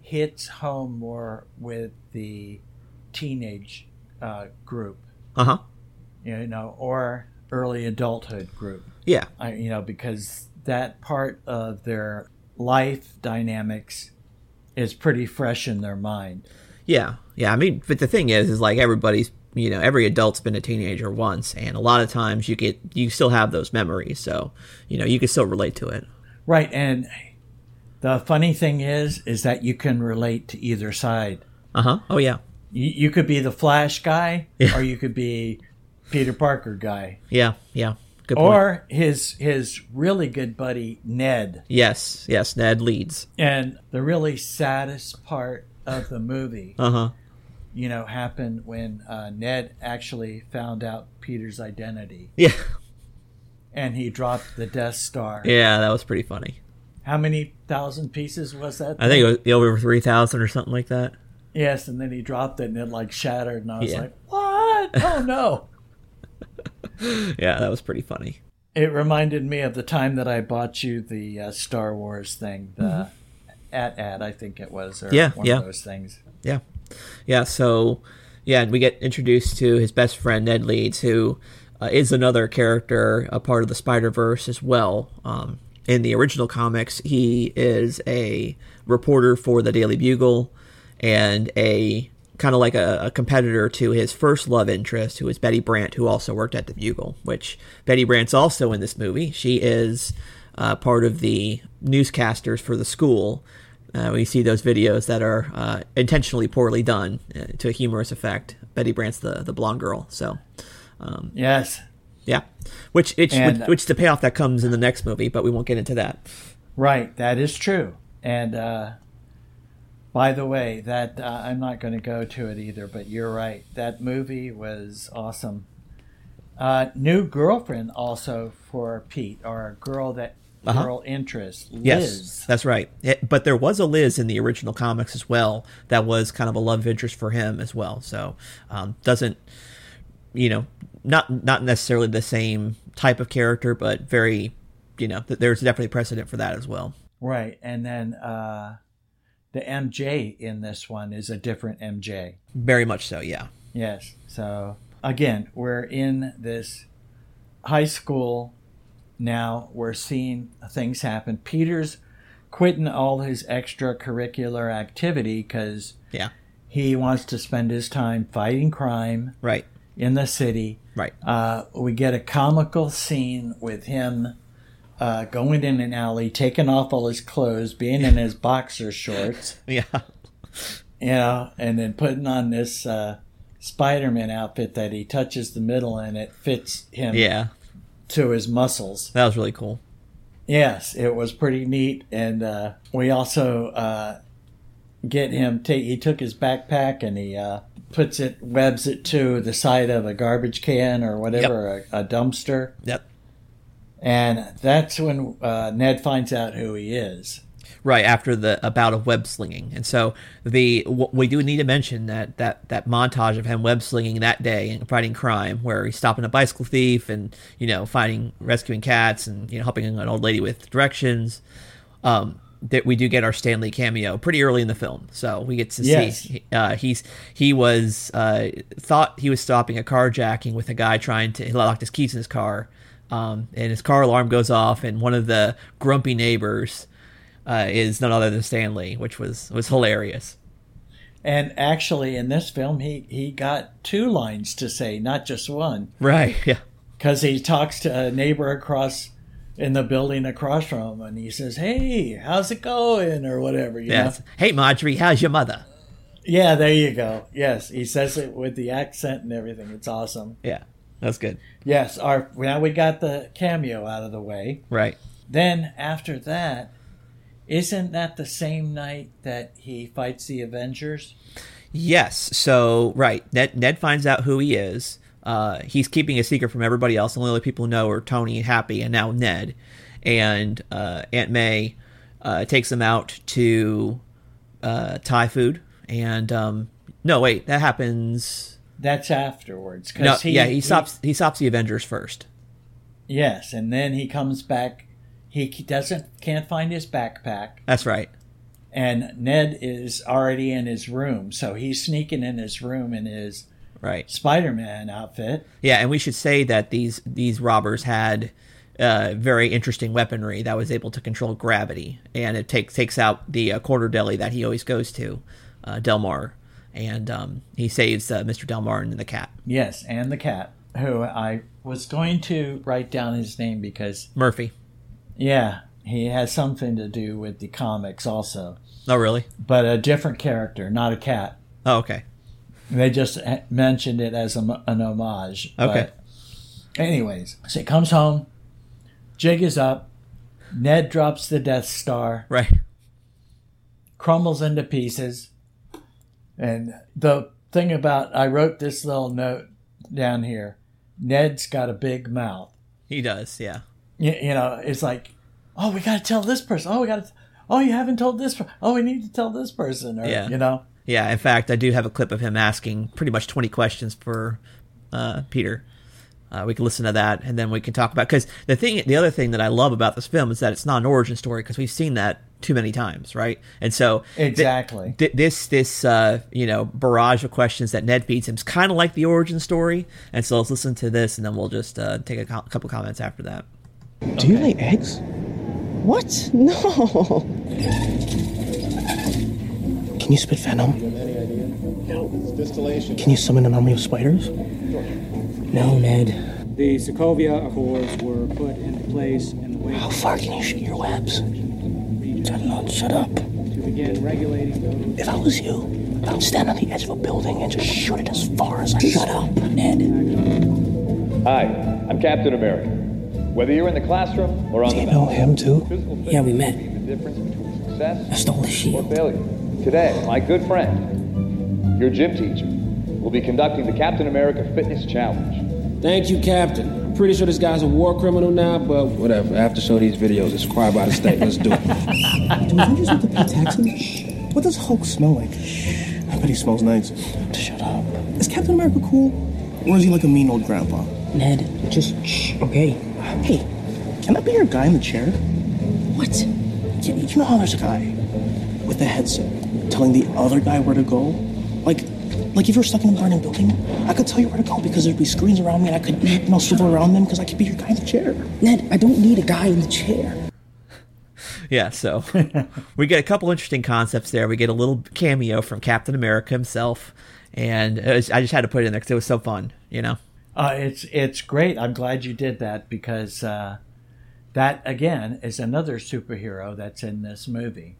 Speaker 2: hits home more with the teenage uh, group,
Speaker 1: Uh huh.
Speaker 2: you know, or early adulthood group,
Speaker 1: Yeah.
Speaker 2: I, you know, because that part of their life dynamics is pretty fresh in their mind.
Speaker 1: Yeah. Yeah. I mean, but the thing is, is like everybody's you know every adult's been a teenager once and a lot of times you get you still have those memories so you know you can still relate to it
Speaker 2: Right, and the funny thing is, is that you can relate to either side.
Speaker 1: uh-huh oh yeah
Speaker 2: You, you could be the Flash guy,
Speaker 1: Yeah.
Speaker 2: or you could be Peter Parker guy,
Speaker 1: yeah yeah good point
Speaker 2: or his his really good buddy Ned.
Speaker 1: yes yes ned leads
Speaker 2: And the really saddest part of the movie,
Speaker 1: uh-huh
Speaker 2: you know, happened when uh, Ned actually found out Peter's identity,
Speaker 1: yeah
Speaker 2: and he dropped the Death Star.
Speaker 1: yeah that was pretty funny
Speaker 2: How many thousand pieces was that?
Speaker 1: i think it was over 3000 or something like that
Speaker 2: Yes, and then he dropped it and it like shattered, and I was
Speaker 1: Yeah.
Speaker 2: like, "What? Oh no!"
Speaker 1: yeah that was pretty funny
Speaker 2: it reminded me of the time that I bought you the uh, Star Wars thing, the at ad, I think it was, or
Speaker 1: Mm-hmm. Yeah,
Speaker 2: one
Speaker 1: yeah.
Speaker 2: of those things.
Speaker 1: Yeah. Yeah. So, yeah, and we get introduced to his best friend, Ned Leeds, who uh, is another character, a part of the Spider Verse as well. Um, in the original comics, he is a reporter for the Daily Bugle and a kind of like a, a competitor to his first love interest, who is Betty Brant, who also worked at the Bugle, which Betty Brant's also in this movie. She is uh, part of the newscasters for the school. Uh, we see those videos that are uh, intentionally poorly done uh, to a humorous effect. Betty Brant's the, the blonde girl. So,
Speaker 2: Yes,
Speaker 1: yeah. Which, it's,
Speaker 2: And-
Speaker 1: which, which is the payoff that comes in the next movie, but we won't get into that.
Speaker 2: right, that is true. And uh, by the way, that uh, I'm not going to go to it either, but you're right. That movie was awesome. Uh, new girlfriend also for Pete, or girl that
Speaker 1: Uh-huh.
Speaker 2: girl interest, Liz.
Speaker 1: Yes, that's right. It- but there was a Liz in the original comics as well. That was kind of a love interest for him as well. So um, doesn't you know not not necessarily the same type of character, but very you know th- there's definitely precedent for that as well.
Speaker 2: Right, and then uh, the MJ in this one is a different MJ.
Speaker 1: Very much so. Yeah.
Speaker 2: Yes. So again, we're in this high school now. We're seeing things happen. Peter's quitting all his extracurricular activity because
Speaker 1: Yeah.
Speaker 2: he wants to spend his time fighting crime
Speaker 1: Right.
Speaker 2: in the city.
Speaker 1: Right.
Speaker 2: Uh, we get a comical scene with him uh, going in an alley, taking off all his clothes, being in his boxer shorts,
Speaker 1: Yeah.
Speaker 2: you know, and then putting on this uh, Spider Man outfit that he touches the middle and it fits him
Speaker 1: Yeah.
Speaker 2: to his muscles.
Speaker 1: That was really cool.
Speaker 2: Yes, it was pretty neat. And uh, we also uh, get him, take, he took his backpack and he uh, puts it, webs it to the side of a garbage can or whatever, a, a dumpster.
Speaker 1: Yep.
Speaker 2: And that's when uh, Ned finds out who he is.
Speaker 1: Right after the about of web slinging, and so the w- we do need to mention that that that montage of him web slinging that day and fighting crime, where he's stopping a bicycle thief and you know finding rescuing cats and you know helping an old lady with directions. Um, that we do get our Stanley cameo pretty early in the film, so we get to
Speaker 2: Yes.
Speaker 1: see uh, he's he was uh, thought he was stopping a carjacking with a guy trying to he locked his keys in his car, um, and his car alarm goes off, and one of the grumpy neighbors uh, is none other than Stanley, which was was hilarious.
Speaker 2: And actually, in this film, he, he got two lines to say, not just one,
Speaker 1: Right. Yeah.
Speaker 2: because he talks to a neighbor across in the building across from him and he says, Hey, how's it going? or whatever. You
Speaker 1: Yes.
Speaker 2: know?
Speaker 1: Hey, Marjorie, how's your mother?
Speaker 2: Yeah, there you go. Yes, he says it with the accent and everything. It's awesome.
Speaker 1: Yeah, that's good.
Speaker 2: Yes, our now we got the cameo out of the way.
Speaker 1: Right.
Speaker 2: Then after that, isn't that the same night that he fights the Avengers?
Speaker 1: Yes. So right, Ned Ned finds out who he is. Uh, he's keeping a secret from everybody else. The only other people who know are Tony and Happy, and now Ned. And uh, Aunt May uh, takes him out to uh, Thai food. And um, no, wait, that happens.
Speaker 2: That's afterwards. 'cause
Speaker 1: No, yeah, he stops. He stops the Avengers first.
Speaker 2: yes, and then he comes back. He c- doesn't can't find his backpack,
Speaker 1: That's right.
Speaker 2: and Ned is already in his room, so he's sneaking in his room in his
Speaker 1: Right.
Speaker 2: Spider-Man outfit.
Speaker 1: Yeah, and we should say that these these robbers had uh, very interesting weaponry that was able to control gravity, and it takes takes out the uh, quarter deli that he always goes to, uh, Delmar, and um, he saves uh, Mr. Delmartin and the cat.
Speaker 2: Yes, and the cat, who I was going to write down his name because,
Speaker 1: Murphy.
Speaker 2: yeah, he has something to do with the comics also,
Speaker 1: Oh, really?
Speaker 2: but a different character, not a cat.
Speaker 1: Oh, okay.
Speaker 2: They just ha- mentioned it as a m an homage.
Speaker 1: Okay.
Speaker 2: But anyways, so he comes home, Jig is up, Ned drops the Death Star,
Speaker 1: Right.
Speaker 2: crumbles into pieces. And the thing about, I wrote this little note down here Ned's got a big mouth.
Speaker 1: He does, yeah.
Speaker 2: you, you know, it's like, oh, we got to tell this person. Oh, we got to. Oh, you haven't told this. Per- oh, we need to tell this person. Or,
Speaker 1: Yeah.
Speaker 2: You know.
Speaker 1: Yeah, in fact, I do have a clip of him asking pretty much 20 questions for uh, Peter. Uh, we can listen to that, and then we can talk about because the thing, the other thing that I love about this film is that it's not an origin story because we've seen that too many times, right? And so thi-
Speaker 2: Exactly.
Speaker 1: thi- this this uh, you know barrage of questions that Ned feeds him is kind of like the origin story, and so let's listen to this, and then we'll just uh, take a co- couple comments after that.
Speaker 3: Do you lay eggs?
Speaker 4: What? No.
Speaker 3: Can you spit venom?
Speaker 5: distillation.
Speaker 3: Can you summon an army of spiders? No, Ned.
Speaker 6: The Sokovia Accords were put into place in the wake
Speaker 3: How far can you shoot your webs? Shut up, shut up.
Speaker 6: to begin regulating those
Speaker 3: If I was you, I'd stand on the edge of a building and just shoot it as far as I Shut up, Ned.
Speaker 7: Hi, I'm Captain America. Whether you're in the classroom or on the
Speaker 3: You know him too?
Speaker 7: battlefield,
Speaker 3: Yeah, we met.
Speaker 7: the difference between
Speaker 3: I
Speaker 7: success
Speaker 3: stole the
Speaker 7: or
Speaker 3: shield.
Speaker 7: failure. Today, my good friend, your gym teacher, will be conducting the Captain America Fitness Challenge.
Speaker 8: Thank you, Captain. I'm pretty sure this guy's a war criminal now, but whatever. I have to show these videos. It's required by the state. Let's do it.
Speaker 3: Do Avengers have to pay taxes? What does Hulk smell like? I bet he smells nice. Shut up. Is Captain America cool? Or is he like a mean old grandpa? Ned. Just shh, okay. Hey, can that be your guy in the chair? What? You, you know how there's a guy with a headset telling the other guy where to go? Like, like if you're stuck in a burning building, I could tell you where to go because there'd be screens around me and I could, you know, swivel around them because I could be your guy in the chair.
Speaker 4: Ned, I don't need a guy in the chair.
Speaker 1: Yeah, so we get a couple interesting concepts there. We get a little cameo from Captain America himself, and it was- I just had to put it in there because it was so fun, you know.
Speaker 2: Uh, it's it's great. I'm glad you did that because uh, that again is another superhero that's in this movie.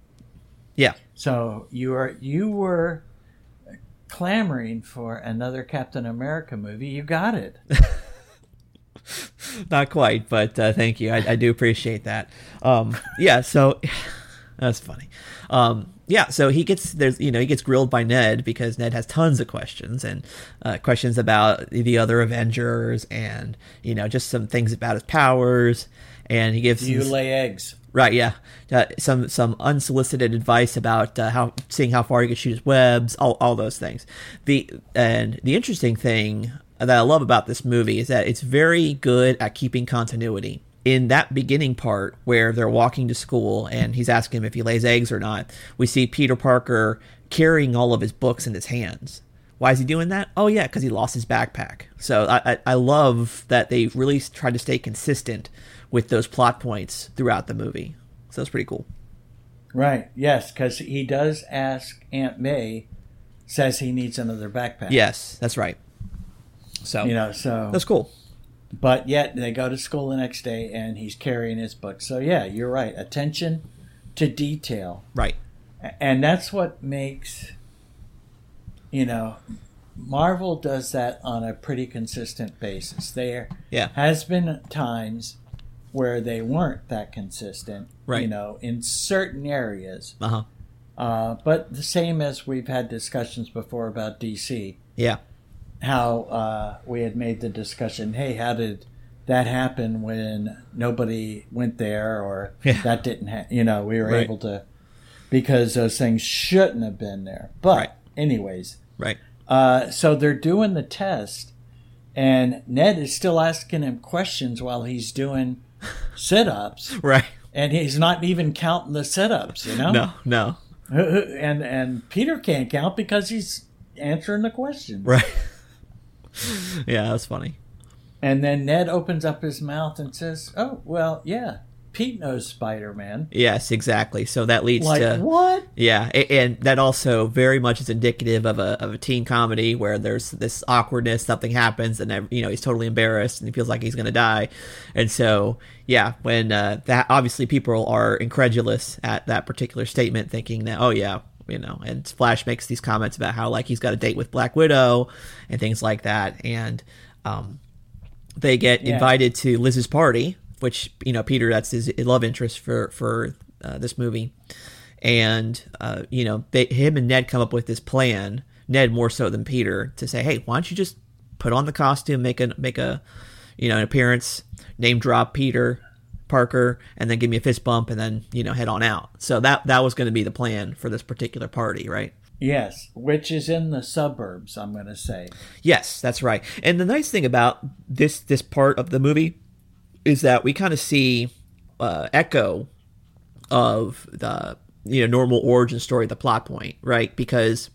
Speaker 1: Yeah,
Speaker 2: So you are you were clamoring for another Captain America movie. You got it.
Speaker 1: not quite, but uh, thank you. I, I do appreciate that. Um, yeah, so that's funny. Um, yeah, so he gets there's you know he gets grilled by Ned because Ned has tons of questions and uh, questions about the other Avengers and you know just some things about his powers. And he gives
Speaker 2: You
Speaker 1: his-
Speaker 2: lay eggs.
Speaker 1: Right, yeah. Uh, some some unsolicited advice about uh, how seeing how far you can shoot his webs, all, all those things. The and the interesting thing that I love about this movie is that it's very good at keeping continuity. In that beginning part where they're walking to school and he's asking him if he lays eggs or not, we see Peter Parker carrying all of his books in his hands. Why is he doing that? Oh yeah, because he lost his backpack. So I, I I love that they really tried to stay consistent with those plot points throughout the movie. So that's pretty cool.
Speaker 2: Right. Yes, because he does ask Aunt May. Says he needs another backpack.
Speaker 1: Yes, that's right. So
Speaker 2: You know. So
Speaker 1: that's cool.
Speaker 2: But yet they go to school the next day and he's carrying his book. So yeah, you're right. Attention to detail.
Speaker 1: Right.
Speaker 2: A- And that's what makes you know Marvel does that on a pretty consistent basis. There
Speaker 1: Yeah.
Speaker 2: has been times where they weren't that consistent, you
Speaker 1: Right.
Speaker 2: know, in certain areas.
Speaker 1: Uh huh.
Speaker 2: Uh, but the same as we've had discussions before about DC,
Speaker 1: Yeah.
Speaker 2: how uh, we had made the discussion hey how did that happen when nobody went there or
Speaker 1: Yeah.
Speaker 2: that didn't ha you know we were
Speaker 1: Right.
Speaker 2: able to because those things shouldn't have been there but
Speaker 1: Right.
Speaker 2: anyways
Speaker 1: Right.
Speaker 2: uh, so they're doing the test and ned is still asking him questions while he's doing sit-ups
Speaker 1: Right.
Speaker 2: and he's not even counting the sit-ups you know
Speaker 1: No. No.
Speaker 2: Who- who- and and peter can't count because he's answering the question
Speaker 1: Right. yeah, that's funny.
Speaker 2: And then Ned opens up his mouth and says, "Oh well, yeah, Pete knows Spider Man.
Speaker 1: Yes, exactly. So that leads
Speaker 2: Like,
Speaker 1: to
Speaker 2: what?
Speaker 1: Yeah, a- and that also very much is indicative of a of a teen comedy where there's this awkwardness, something happens, and ev- you know he's totally embarrassed and he feels like he's gonna die, and so yeah, when uh, that obviously people are incredulous at that particular statement, thinking that oh yeah, you know, and Flash makes these comments about how like he's got a date with Black Widow and things like that, and um, they get
Speaker 2: Yeah.
Speaker 1: invited to Liz's party, which you know Peter that's his love interest for for uh, this movie, and uh, you know they, him and Ned come up with this plan. Ned more so than Peter to say, hey, why don't you just put on the costume, make a make a you know an appearance, name drop Peter Parker, and then give me a fist bump, and then you know head on out. So that that was going to be the plan for this particular party, right?
Speaker 2: Yes, which is in the suburbs, I'm going to say.
Speaker 1: Yes, that's right. And the nice thing about this this part of the movie is that we kind of see uh, echo of the you know normal origin story, the plot point, right? Because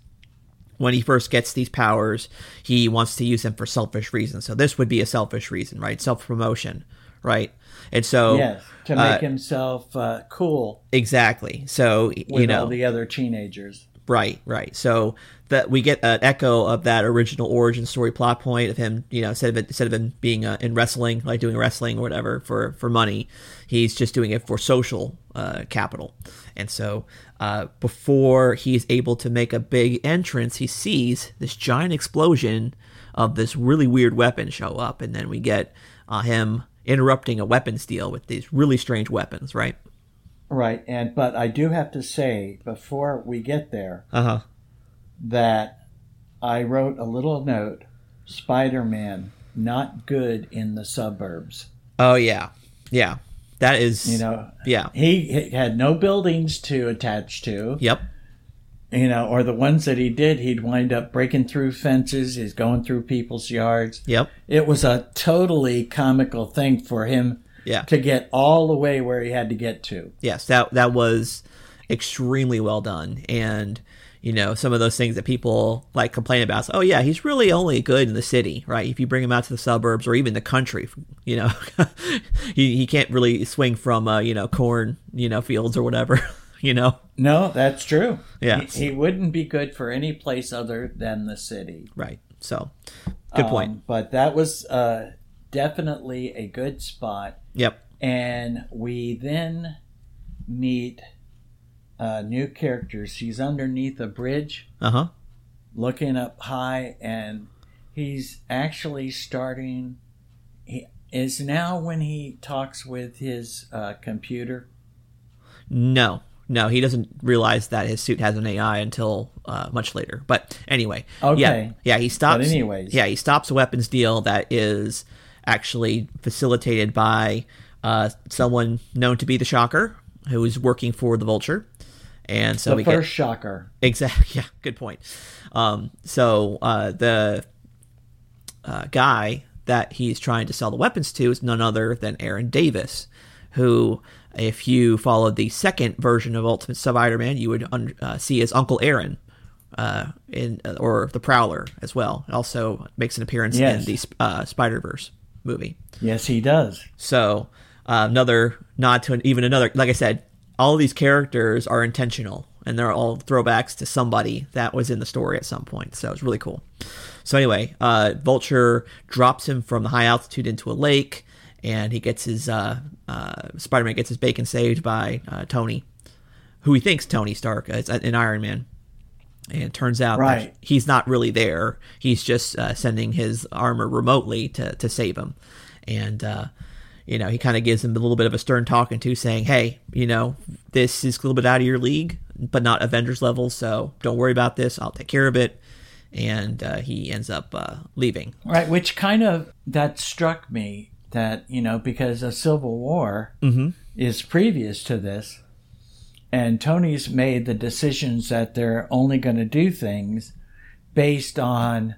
Speaker 1: when he first gets these powers, he wants to use them for selfish reasons. So this would be a selfish reason, right? Self promotion, right? And so
Speaker 2: yes, to make
Speaker 1: uh,
Speaker 2: himself uh, cool
Speaker 1: exactly. So
Speaker 2: with
Speaker 1: you know
Speaker 2: all the other teenagers.
Speaker 1: Right, right. So that we get an echo of that original origin story plot point of him, you know, instead of instead of him being uh, in wrestling, like doing wrestling or whatever for for money, he's just doing it for social uh, capital. And so uh, before he's able to make a big entrance, he sees this giant explosion of this really weird weapon show up, and then we get uh, him interrupting a weapons deal with these really strange weapons, right?
Speaker 2: Right, and but I do have to say before we get there
Speaker 1: Uh huh.
Speaker 2: that I wrote a little note: Spider-Man not good in the suburbs.
Speaker 1: Oh yeah, yeah. That is
Speaker 2: You know,
Speaker 1: yeah.
Speaker 2: he he had no buildings to attach to.
Speaker 1: Yep.
Speaker 2: You know, or the ones that he did, he'd wind up breaking through fences. He's going through people's yards.
Speaker 1: Yep.
Speaker 2: It was a totally comical thing for him
Speaker 1: Yeah.
Speaker 2: to get all the way where he had to get to.
Speaker 1: Yes. That that was extremely well done, and you know some of those things that people like complain about. So, oh yeah, he's really only good in the city, right? If you bring him out to the suburbs or even the country, you know, he he can't really swing from uh, you know corn you know fields or whatever, you know.
Speaker 2: No, that's true.
Speaker 1: Yeah.
Speaker 2: He, he wouldn't be good for any place other than the city.
Speaker 1: Right. So, good point.
Speaker 2: Um, but that was uh, definitely a good spot.
Speaker 1: Yep.
Speaker 2: And we then meet uh, new characters. He's underneath a bridge
Speaker 1: Uh huh.
Speaker 2: looking up high, and he's actually starting. He is now when he talks with his uh, computer.
Speaker 1: No, no, he doesn't realize that his suit has an AI until uh, much later. But anyway,
Speaker 2: Okay.
Speaker 1: yeah, yeah, he stops.
Speaker 2: But anyways.
Speaker 1: yeah, he stops a weapons deal that is actually facilitated by uh, someone known to be the Shocker, who is working for the Vulture. And so
Speaker 2: The
Speaker 1: we
Speaker 2: first
Speaker 1: get
Speaker 2: shocker.
Speaker 1: Exactly. Yeah. Good point. Um, so uh, the uh, guy that he's trying to sell the weapons to is none other than Aaron Davis, who, if you followed the second version of Ultimate Spider-Man, you would un- uh, see as Uncle Aaron. Uh, in uh, or the Prowler as well, also makes an appearance
Speaker 2: Yes.
Speaker 1: in the Sp- uh, Spider Verse movie.
Speaker 2: Yes, he does.
Speaker 1: So uh, another nod to an, even another. Like I said, all these characters are intentional, and they're all throwbacks to somebody that was in the story at some point. So it's really cool. So anyway, uh, Vulture drops him from the high altitude into a lake, and he gets his uh, uh, Spider-Man gets his bacon saved by uh, Tony, who he thinks Tony Stark is uh, an Iron Man. And it turns out that
Speaker 2: Right.
Speaker 1: he's not really there. He's just uh, sending his armor remotely to, to save him. And, uh, you know, he kind of gives him a little bit of a stern talking to, saying, hey, you know, this is a little bit out of your league, but not Avengers level. So don't worry about this. I'll take care of it. And uh, he ends up uh, leaving.
Speaker 2: Right, which kind of that struck me that, you know, because a civil war is previous to this, and Tony's made the decisions that they're only going to do things based on,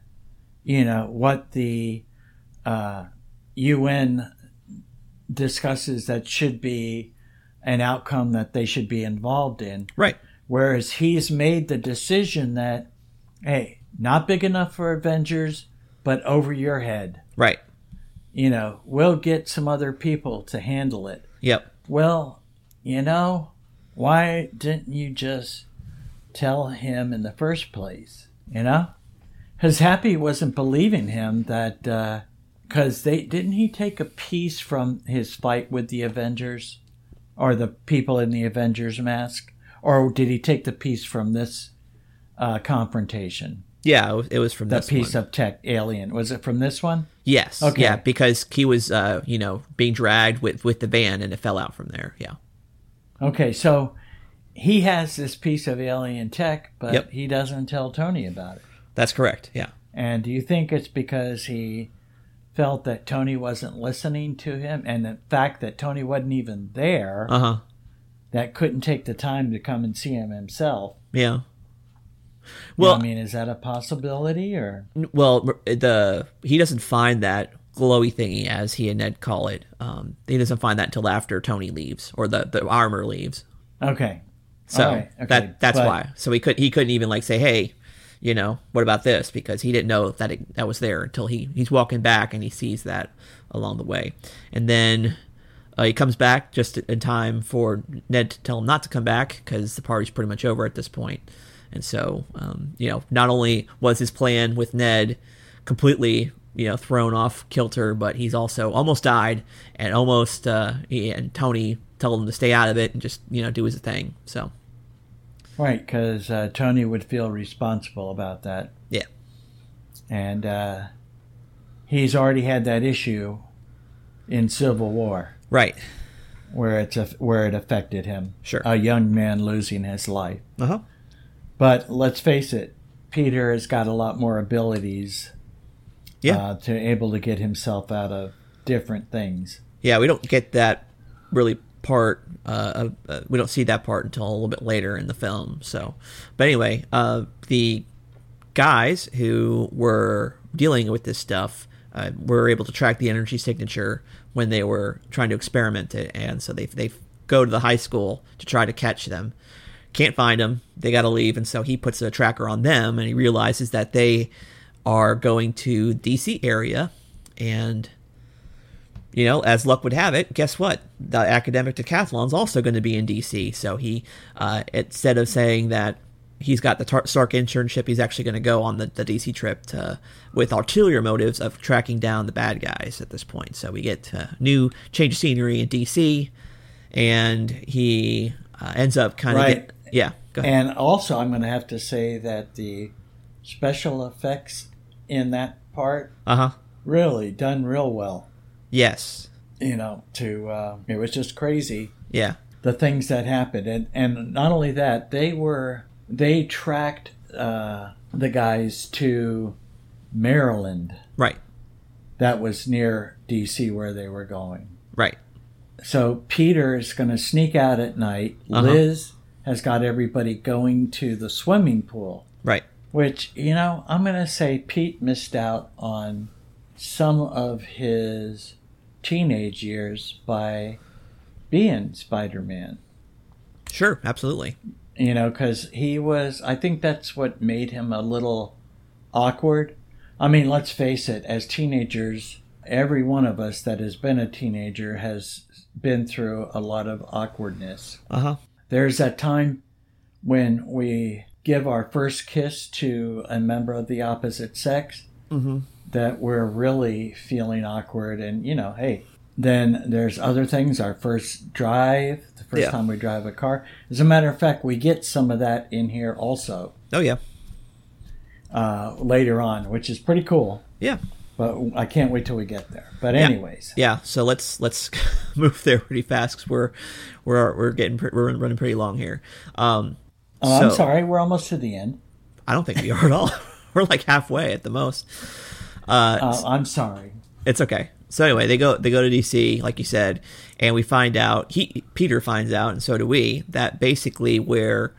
Speaker 2: you know, what the uh, UN discusses that should be an outcome that they should be involved in.
Speaker 1: Right.
Speaker 2: Whereas he's made the decision that, hey, not big enough for Avengers, but over your head.
Speaker 1: Right.
Speaker 2: You know, we'll get some other people to handle it.
Speaker 1: Yep.
Speaker 2: Well, you know, why didn't you just tell him in the first place? You know? Because Happy wasn't believing him that, because they didn't he take a piece from his fight with the Avengers or the people in the Avengers mask? Or did he take the piece from this uh, confrontation?
Speaker 1: Yeah, it was- it was from
Speaker 2: The
Speaker 1: this
Speaker 2: piece
Speaker 1: one.
Speaker 2: of tech alien. Was it from this one?
Speaker 1: Yes.
Speaker 2: Okay.
Speaker 1: Yeah, because he was, uh, you know, being dragged with with the van, and it fell out from there. Yeah.
Speaker 2: Okay, so he has this piece of alien tech, but
Speaker 1: Yep.
Speaker 2: he doesn't tell Tony about it.
Speaker 1: That's correct. Yeah.
Speaker 2: And do you think it's because he felt that Tony wasn't listening to him and the fact that Tony wasn't even there
Speaker 1: Uh huh.
Speaker 2: that couldn't take the time to come and see him himself?
Speaker 1: Yeah.
Speaker 2: You know,
Speaker 1: Well,
Speaker 2: I mean, is that a possibility or
Speaker 1: well, the he doesn't find that glowy thingy as he and Ned call it. Um, he doesn't find that until after Tony leaves or the the armor leaves.
Speaker 2: Okay.
Speaker 1: So
Speaker 2: All right, okay,
Speaker 1: that that's
Speaker 2: but-
Speaker 1: why. So he could he couldn't even like say, hey, you know, what about this? Because he didn't know that it, that was there until he he's walking back and he sees that along the way, and then uh, he comes back just in time for Ned to tell him not to come back because the party's pretty much over at this point. And so, um, you know, not only was his plan with Ned completely you know thrown off kilter, but he's also almost died and almost uh, he and Tony told him to stay out of it and just you know do his thing. So.
Speaker 2: Right, because uh, Tony would feel responsible about that.
Speaker 1: Yeah.
Speaker 2: And uh, he's already had that issue in Civil War.
Speaker 1: Right.
Speaker 2: where it's aff- where it affected him.
Speaker 1: Sure.
Speaker 2: a young man losing his life.
Speaker 1: Uh huh.
Speaker 2: But let's face it, Peter has got a lot more abilities.
Speaker 1: Yeah.
Speaker 2: uh, to able to get himself out of different things.
Speaker 1: Yeah, we don't get that really part. Uh, of- uh, we don't see that part until a little bit later in the film. So, but anyway, uh, the guys who were dealing with this stuff uh, were able to track the energy signature when they were trying to experiment it, and so they they go to the high school to try to catch them. Can't find them. They got to leave, and so he puts a tracker on them, and he realizes that they are going to DC area, and you know, as luck would have it, guess what? The academic decathlon's also going to be in DC. So he, uh, instead of saying that he's got the tar- Stark internship, he's actually going to go on the, the DC trip to, with ulterior motives of tracking down the bad guys at this point. So we get uh, new change of scenery in DC, and he uh, ends up kind of
Speaker 2: Right.
Speaker 1: get, yeah. Go ahead.
Speaker 2: And also, I'm going to have to say that the special effects in that part
Speaker 1: Uh huh.
Speaker 2: really done real well.
Speaker 1: Yes.
Speaker 2: You know, to uh, it was just crazy.
Speaker 1: Yeah.
Speaker 2: the things that happened and and not only that they were they tracked uh, the guys to Maryland
Speaker 1: Right.
Speaker 2: that was near DC where they were going
Speaker 1: Right.
Speaker 2: so Peter is going to sneak out at night
Speaker 1: Uh-huh.
Speaker 2: Liz has got everybody going to the swimming pool
Speaker 1: Right.
Speaker 2: which you know I'm going to say Pete missed out on some of his teenage years by being Spider-Man
Speaker 1: Sure. Absolutely.
Speaker 2: you know because he was i think that's what made him a little awkward i mean let's face it as teenagers every one of us that has been a teenager has been through a lot of awkwardness
Speaker 1: Uh huh.
Speaker 2: there's that time when we give our first kiss to a member of the opposite sex that we're really feeling awkward and you know hey then there's other things our first drive the first
Speaker 1: Yeah.
Speaker 2: time we drive a car as a matter of fact we get some of that in here also
Speaker 1: Oh, yeah.
Speaker 2: uh, later on which is pretty cool
Speaker 1: Yeah.
Speaker 2: but i can't wait till we get there but
Speaker 1: Yeah.
Speaker 2: anyways
Speaker 1: yeah. So let's let's move there pretty fast because we're we're we're getting pre- we're running pretty long here. Um,
Speaker 2: Oh, i'm
Speaker 1: so-
Speaker 2: sorry we're almost to the end
Speaker 1: I don't think we are at all. we're like halfway at the most.
Speaker 2: uh, i'm sorry
Speaker 1: It's okay. So anyway, they go they go to DC, like you said, and we find out he Peter finds out, and so do we, that basically where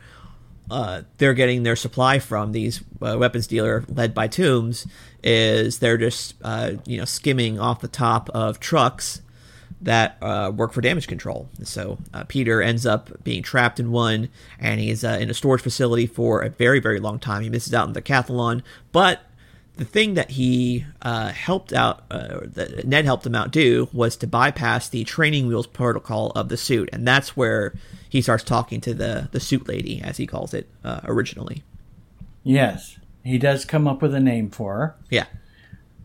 Speaker 1: uh, they're getting their supply from these uh, weapons dealer led by Toombs is they're just uh, you know skimming off the top of trucks that uh, work for damage control. So uh, Peter ends up being trapped in one, and he's uh, in a storage facility for a very very long time. He misses out on the decathlon, but the thing that he uh, helped out, uh, or that Ned helped him out do, was to bypass the training wheels protocol of the suit, and that's where he starts talking to the the suit lady, as he calls it uh, originally.
Speaker 2: Yes, he does come up with a name for her.
Speaker 1: Yeah,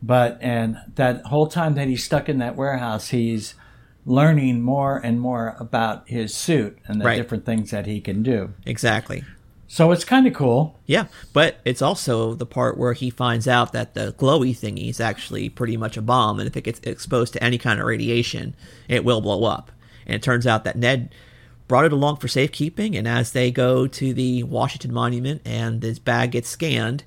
Speaker 2: But and that whole time that he's stuck in that warehouse, he's learning more and more about his suit and the
Speaker 1: Right.
Speaker 2: different things that he can do.
Speaker 1: exactly.
Speaker 2: So it's kind of cool.
Speaker 1: Yeah, but it's also the part where he finds out that the glowy thingy is actually pretty much a bomb, and if it gets exposed to any kind of radiation, it will blow up. And it turns out that Ned brought it along for safekeeping, and as they go to the Washington Monument and this bag gets scanned,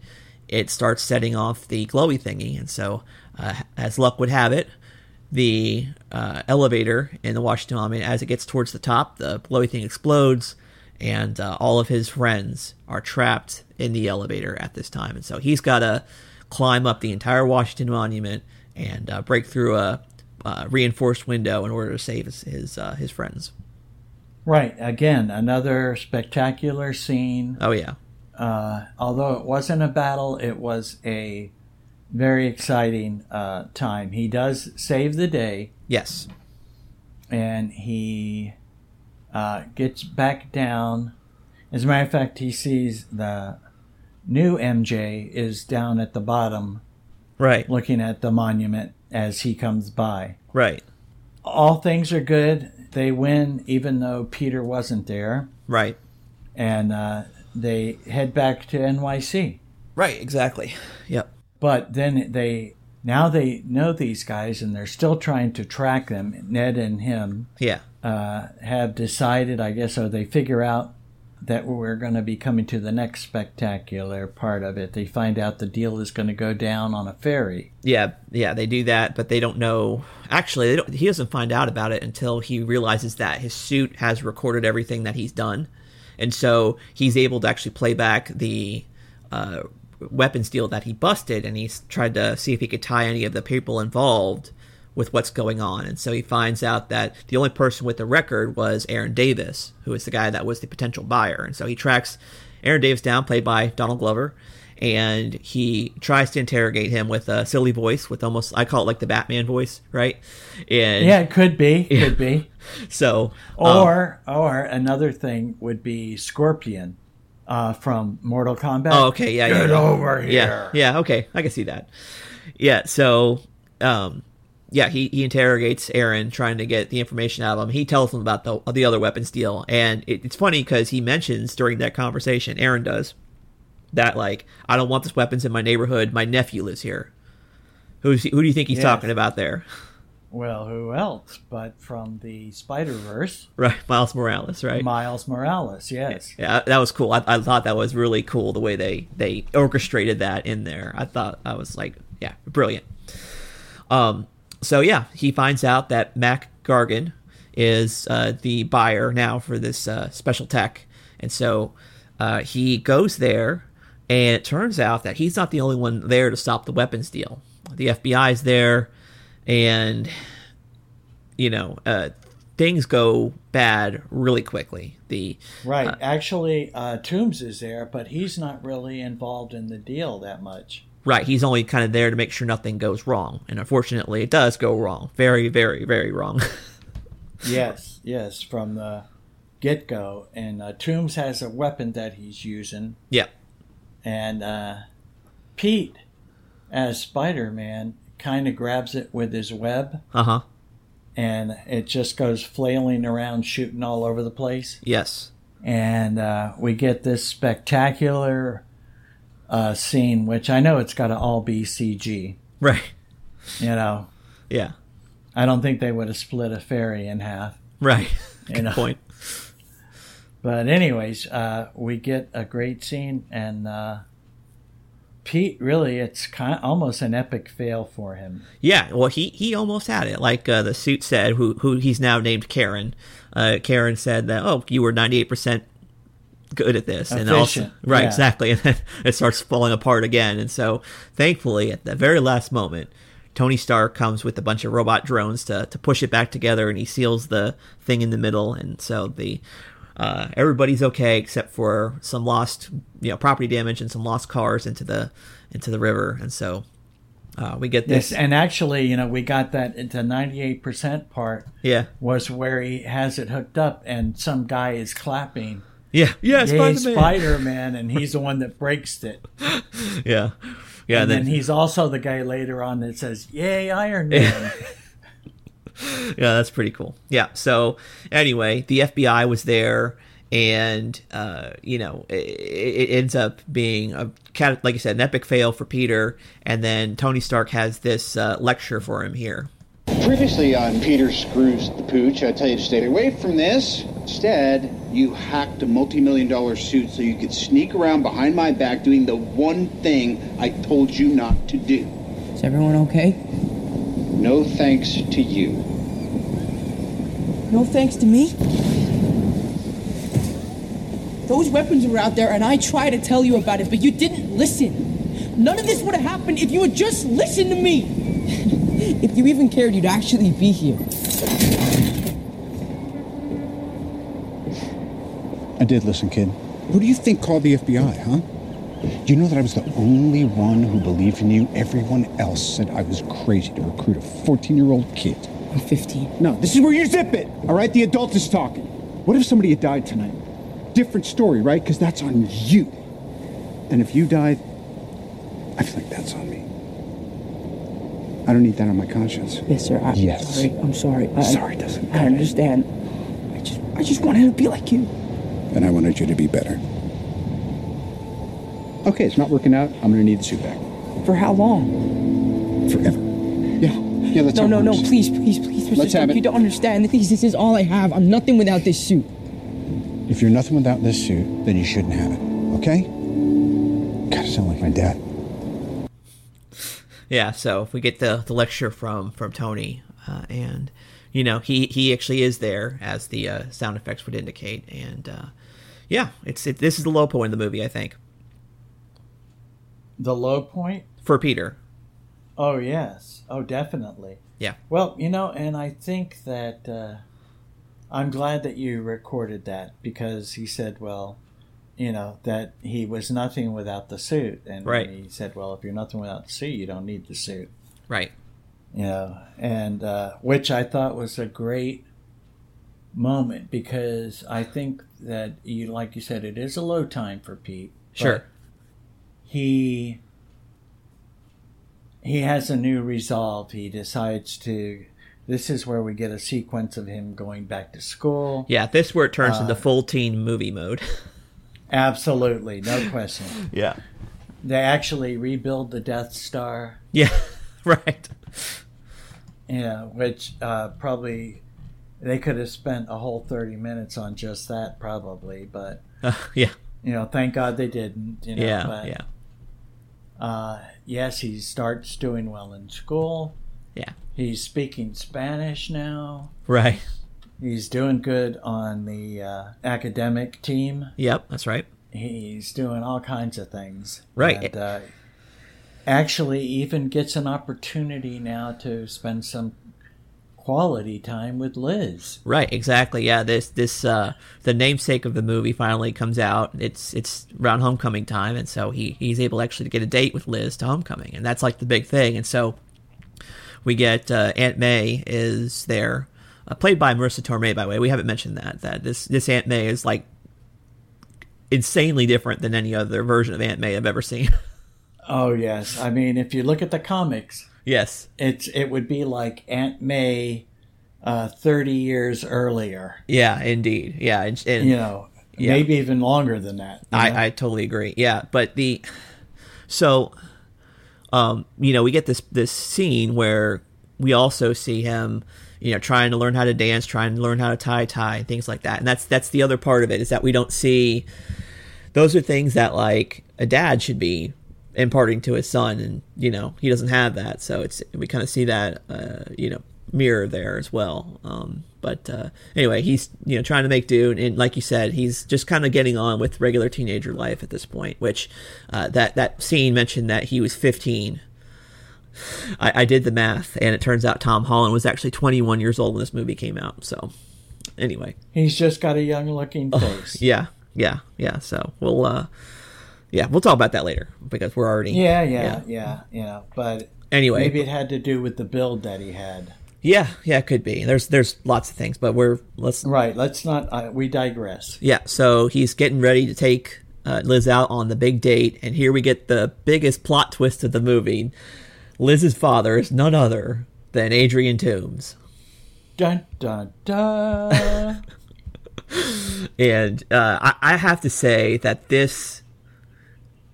Speaker 1: it starts setting off the glowy thingy. And so, uh, as luck would have it, the uh, elevator in the Washington Monument, as it gets towards the top, the glowy thing explodes and uh, all of his friends are trapped in the elevator at this time. And so he's got to climb up the entire Washington Monument and uh, break through a uh, reinforced window in order to save his his, uh, his friends.
Speaker 2: Right. Again, another spectacular scene.
Speaker 1: Oh yeah,
Speaker 2: Uh, although it wasn't a battle, it was a very exciting uh, time. He does save the day.
Speaker 1: yes,
Speaker 2: and he uh, gets back down. As a matter of fact, he sees the new MJ is down at the bottom
Speaker 1: right,
Speaker 2: looking at the monument as he comes by.
Speaker 1: right,
Speaker 2: All things are good. They win, even though Peter wasn't there.
Speaker 1: right,
Speaker 2: And uh, they head back to NYC.
Speaker 1: right, exactly. Yep,
Speaker 2: But then they. Now they know these guys and they're still trying to track them, Ned and him.
Speaker 1: yeah,
Speaker 2: uh, have decided, I guess, or they figure out that we're going to be coming to the next spectacular part of it. They find out the deal is going to go down on a ferry.
Speaker 1: yeah, yeah. They do that, but they don't know. Actually, they don't, he doesn't find out about it until he realizes that his suit has recorded everything that he's done, and so he's able to actually play back the uh, weapons deal that he busted, and he's tried to see if he could tie any of the people involved with what's going on. And so he finds out that the only person with the record was Aaron Davis, who is the guy that was the potential buyer. And so he tracks Aaron Davis down, played by Donald Glover, and he tries to interrogate him with a silly voice, with almost I call it like the Batman voice, right? And
Speaker 2: Yeah, it could be, could be.
Speaker 1: so um,
Speaker 2: Or, or another thing would be Scorpion uh, from Mortal Kombat.
Speaker 1: Oh, okay, yeah, yeah. Get over here. Yeah, yeah, okay, I can see that. Yeah, so, um, yeah, he, he interrogates Aaron, trying to get the information out of him. He tells him about the the other weapons deal, and it, it's funny because he mentions during that conversation, Aaron does, that like I don't want this weapons in my neighborhood. My nephew lives here. Who's he- who do you think he's
Speaker 2: Yes.
Speaker 1: talking about there?
Speaker 2: Well, who else but from the Spider Verse,
Speaker 1: Right, Miles Morales, right?
Speaker 2: Miles Morales? Yes.
Speaker 1: Yeah, that was cool. I, I thought that was really cool the way they they orchestrated that in there. I thought I was like, yeah, brilliant. Um, so yeah, he finds out that Mac Gargan is uh, the buyer now for this uh, special tech, and so uh, he goes there, and it turns out that he's not the only one there to stop the weapons deal. The FBI is there, and you know uh, things go bad really quickly. The
Speaker 2: Right. Actually, uh, Toombs is there, but he's not really involved in the deal that much.
Speaker 1: Right, he's only kind of there to make sure nothing goes wrong. And unfortunately, it does go wrong. Very, very, very wrong.
Speaker 2: Yes, yes, from the get go. And uh, Toombs has a weapon that he's using.
Speaker 1: yeah.
Speaker 2: And uh, Pete, as Spider Man, kind of grabs it with his web
Speaker 1: Uh huh.
Speaker 2: and it just goes flailing around, shooting all over the place.
Speaker 1: Yes.
Speaker 2: And uh, we get this spectacular uh, scene, which I know it's got to all be CG.
Speaker 1: Right.
Speaker 2: You know,
Speaker 1: Yeah.
Speaker 2: I don't think they would have split a ferry in half.
Speaker 1: Right.
Speaker 2: You
Speaker 1: Good
Speaker 2: know.
Speaker 1: point.
Speaker 2: But anyways, uh, we get a great scene, and uh, Pete really, it's kind almost an epic fail for him.
Speaker 1: Yeah. Well, he he almost had it. Like uh, the suit said, who who he's now named Karen. Uh, Karen said that oh, you were ninety eight percent good at this, and also
Speaker 2: Efficient,
Speaker 1: right
Speaker 2: yeah.
Speaker 1: exactly, and then it starts falling apart again. And so, thankfully, at the very last moment. Tony Stark comes with a bunch of robot drones to, to push it back together, and he seals the thing in the middle. And so the Uh, everybody's okay except for some lost, you know, property damage and some lost cars into the into the river, and so uh, we get this.
Speaker 2: Yes, and actually, you know, we got that the ninety-eight percent part
Speaker 1: yeah,
Speaker 2: was where he has it hooked up, and some guy is clapping.
Speaker 1: yeah, yeah,
Speaker 2: Yay,
Speaker 1: Spider-Man.
Speaker 2: Spider-Man, and he's the one that breaks it.
Speaker 1: yeah, yeah.
Speaker 2: And
Speaker 1: then,
Speaker 2: then he's also the guy later on that says, "Yay, Iron Man!"
Speaker 1: yeah, that's pretty cool. Yeah. So anyway, the FBI was there, and uh, you know, it, it ends up being a cat, like you said, an epic fail for Peter. And then Tony Stark has this uh, lecture for him here.
Speaker 5: Previously on Peter Screws the Pooch, I tell you to stay away from this. Instead, you hacked a multi million dollar suit so you could sneak around behind my back doing the one thing I told you not to do.
Speaker 4: Is everyone okay?
Speaker 5: No thanks to you.
Speaker 4: No thanks to me? Those weapons were out there, and I tried to tell you about it, but you didn't listen. None of this would have happened if you had just listened to me. if you even cared, you'd actually be here.
Speaker 9: I did listen, kid. Who do you think called the FBI, huh? You know that I was the only one who believed in you. Everyone else said I was crazy to recruit a 14 year old kid.
Speaker 4: I'm 15.
Speaker 9: No, this is where you zip it, all right? The adult is talking. What if somebody had died tonight? Different story, right? Because that's on you. And if you died, I feel like that's on me. I don't need that on my conscience.
Speaker 4: Yes, sir. I,
Speaker 9: Yes.
Speaker 4: Sorry. I'm sorry. I,
Speaker 9: Sorry doesn't
Speaker 4: I understand. I just, I just wanted to be like you.
Speaker 9: And I wanted you to be better. Okay, it's not working out. I'm gonna need the suit back.
Speaker 4: For how long?
Speaker 9: Forever. Yeah. Yeah, that's
Speaker 4: No,
Speaker 9: how it
Speaker 4: no, no.
Speaker 9: works.
Speaker 4: Please, please, please, Mr.
Speaker 9: Let's have
Speaker 4: Stark,
Speaker 9: it.
Speaker 4: You don't understand. The thing is, this is all I have. I'm nothing without this suit.
Speaker 9: If you're nothing without this suit, then you shouldn't have it. Okay? God, I sound like my dad.
Speaker 1: Yeah. So we get the the lecture from from Tony, uh, and you know he he actually is there as the uh, sound effects would indicate, and uh, yeah, it's it, this is the low point of the movie, I think,
Speaker 2: the low point.
Speaker 1: for Peter.
Speaker 2: Oh yes. Oh, definitely.
Speaker 1: Yeah.
Speaker 2: Well, you know, and I think that uh, I'm glad that you recorded that because he said, well, you know, that he was nothing without the suit. And
Speaker 1: Right.
Speaker 2: he said, well, if you're nothing without the suit, you don't need the suit.
Speaker 1: Right.
Speaker 2: You know, and uh, which I thought was a great moment because I think that you, like you said, it is a low time for Pete. but
Speaker 1: Sure.
Speaker 2: he he has a new resolve. He decides to. This is where we get a sequence of him going back to school.
Speaker 1: Yeah, this where it turns into full teen movie mode.
Speaker 2: Absolutely, no question.
Speaker 1: Yeah.
Speaker 2: They actually rebuild the Death Star.
Speaker 1: Yeah. right.
Speaker 2: Yeah, which uh, probably they could have spent a whole thirty minutes on just that, probably. But
Speaker 1: Uh, yeah.
Speaker 2: you know, thank God they didn't. You know,
Speaker 1: Yeah.
Speaker 2: but,
Speaker 1: yeah.
Speaker 2: Uh, yes, he starts doing well in school.
Speaker 1: Yeah.
Speaker 2: He's speaking Spanish now.
Speaker 1: Right.
Speaker 2: He's doing good on the uh, academic team.
Speaker 1: Yep. That's right.
Speaker 2: He's doing all kinds of things.
Speaker 1: Right.
Speaker 2: And, uh, actually, even gets an opportunity now to spend some quality time with Liz.
Speaker 1: Right. Exactly. Yeah. This this uh the namesake of the movie finally comes out. It's it's around homecoming time, and so he he's able actually to get a date with Liz to homecoming, and that's like the big thing. And so we get uh, Aunt May is there, uh, played by Marissa Tomei. By the way, we haven't mentioned that that this this Aunt May is like insanely different than any other version of Aunt May I've ever seen.
Speaker 2: Oh yes, I mean, if you look at the comics,
Speaker 1: yes.
Speaker 2: it's it would be like Aunt May, uh, thirty years earlier.
Speaker 1: Yeah, indeed. Yeah, and, and
Speaker 2: You know,
Speaker 1: Yeah.
Speaker 2: maybe even longer than that. you know?
Speaker 1: I, I totally agree. Yeah, but the so um, you know we get this this scene where we also see him you know trying to learn how to dance, trying to learn how to tie a tie and things like that. And that's that's the other part of it is that we don't see those are things that like a dad should be imparting to his son, and you know he doesn't have that. So it's we kind of see that uh, you know mirror there as well. Um, but uh, anyway, he's you know trying to make do, and, and like you said, he's just kind of getting on with regular teenager life at this point. Which uh, that that scene mentioned that he was 15. I, I did the math, and it turns out Tom Holland was actually 21 years old when this movie came out. So Anyway,
Speaker 2: He's just got a young looking face.
Speaker 1: Oh, yeah, yeah, yeah. So we'll, uh, yeah, we'll talk about that later because we're already.
Speaker 2: yeah, yeah, yeah, You know, but
Speaker 1: Anyway.
Speaker 2: maybe it had to do with the build that he had.
Speaker 1: yeah, yeah. It could be. There's there's lots of things, but we're let's
Speaker 2: Right. Let's not. Uh, we digress.
Speaker 1: Yeah, so he's getting ready to take uh, Liz out on the big date, and here we get the biggest plot twist of the movie. Liz's father is none other than Adrian Toombs,
Speaker 2: Dun dun dun.
Speaker 1: and uh, I, I have to say that this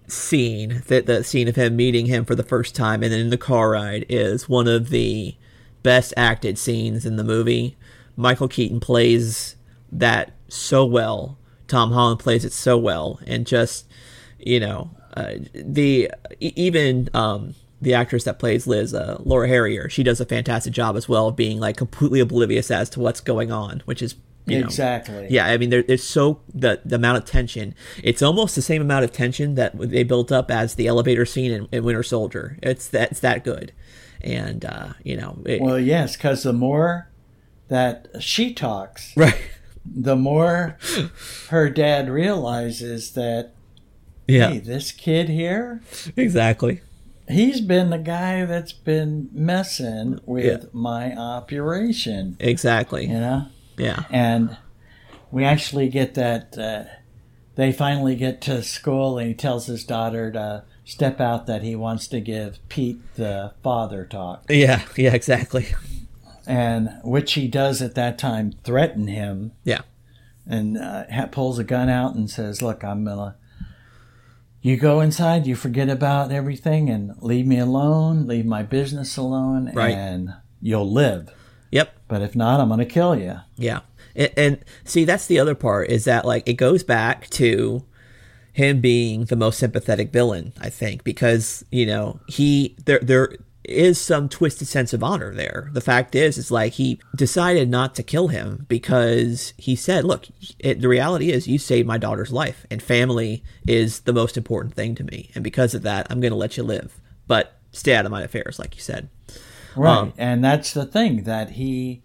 Speaker 1: scene, that the scene of him meeting him for the first time and then in the car ride, is one of the best acted scenes in the movie. Michael Keaton plays that so well. Tom Holland plays it so well, and just you know, uh, the e- even um, the actress that plays Liz, uh, Laura Harrier, she does a fantastic job as well, of being like completely oblivious as to what's going on, which is you know,
Speaker 2: Exactly.
Speaker 1: yeah. I mean, there, there's so the the amount of tension. It's almost the same amount of tension that they built up as the elevator scene in, in Winter Soldier. It's that it's that good, and uh, you know, it,
Speaker 2: Well, yes, because the more that she talks,
Speaker 1: right?
Speaker 2: the more her dad realizes that
Speaker 1: Yeah,
Speaker 2: hey, this kid here,
Speaker 1: exactly.
Speaker 2: he's been the guy that's been messing with
Speaker 1: Yeah.
Speaker 2: my operation.
Speaker 1: Exactly.
Speaker 2: You
Speaker 1: Yeah.
Speaker 2: know. and we actually get that uh, they finally get to school and he tells his daughter to step out that he wants to give pete the father talk
Speaker 1: Yeah. Yeah. Exactly.
Speaker 2: and which he does at that time threaten him
Speaker 1: Yeah.
Speaker 2: and uh, ha- pulls a gun out and says look i'm gonna you go inside you forget about everything and leave me alone leave my business alone
Speaker 1: Right.
Speaker 2: and you'll live
Speaker 1: Yep.
Speaker 2: but if not i'm gonna kill you
Speaker 1: Yeah. And, and see, that's the other part is that, like, it goes back to him being the most sympathetic villain, I think, because, you know, he, there, there is some twisted sense of honor there. The fact is, is like he decided not to kill him because he said, look, it, the reality is you saved my daughter's life and family is the most important thing to me. And because of that, I'm going to let you live, but stay out of my affairs, like you said.
Speaker 2: Right.
Speaker 1: Um,
Speaker 2: and that's the thing that he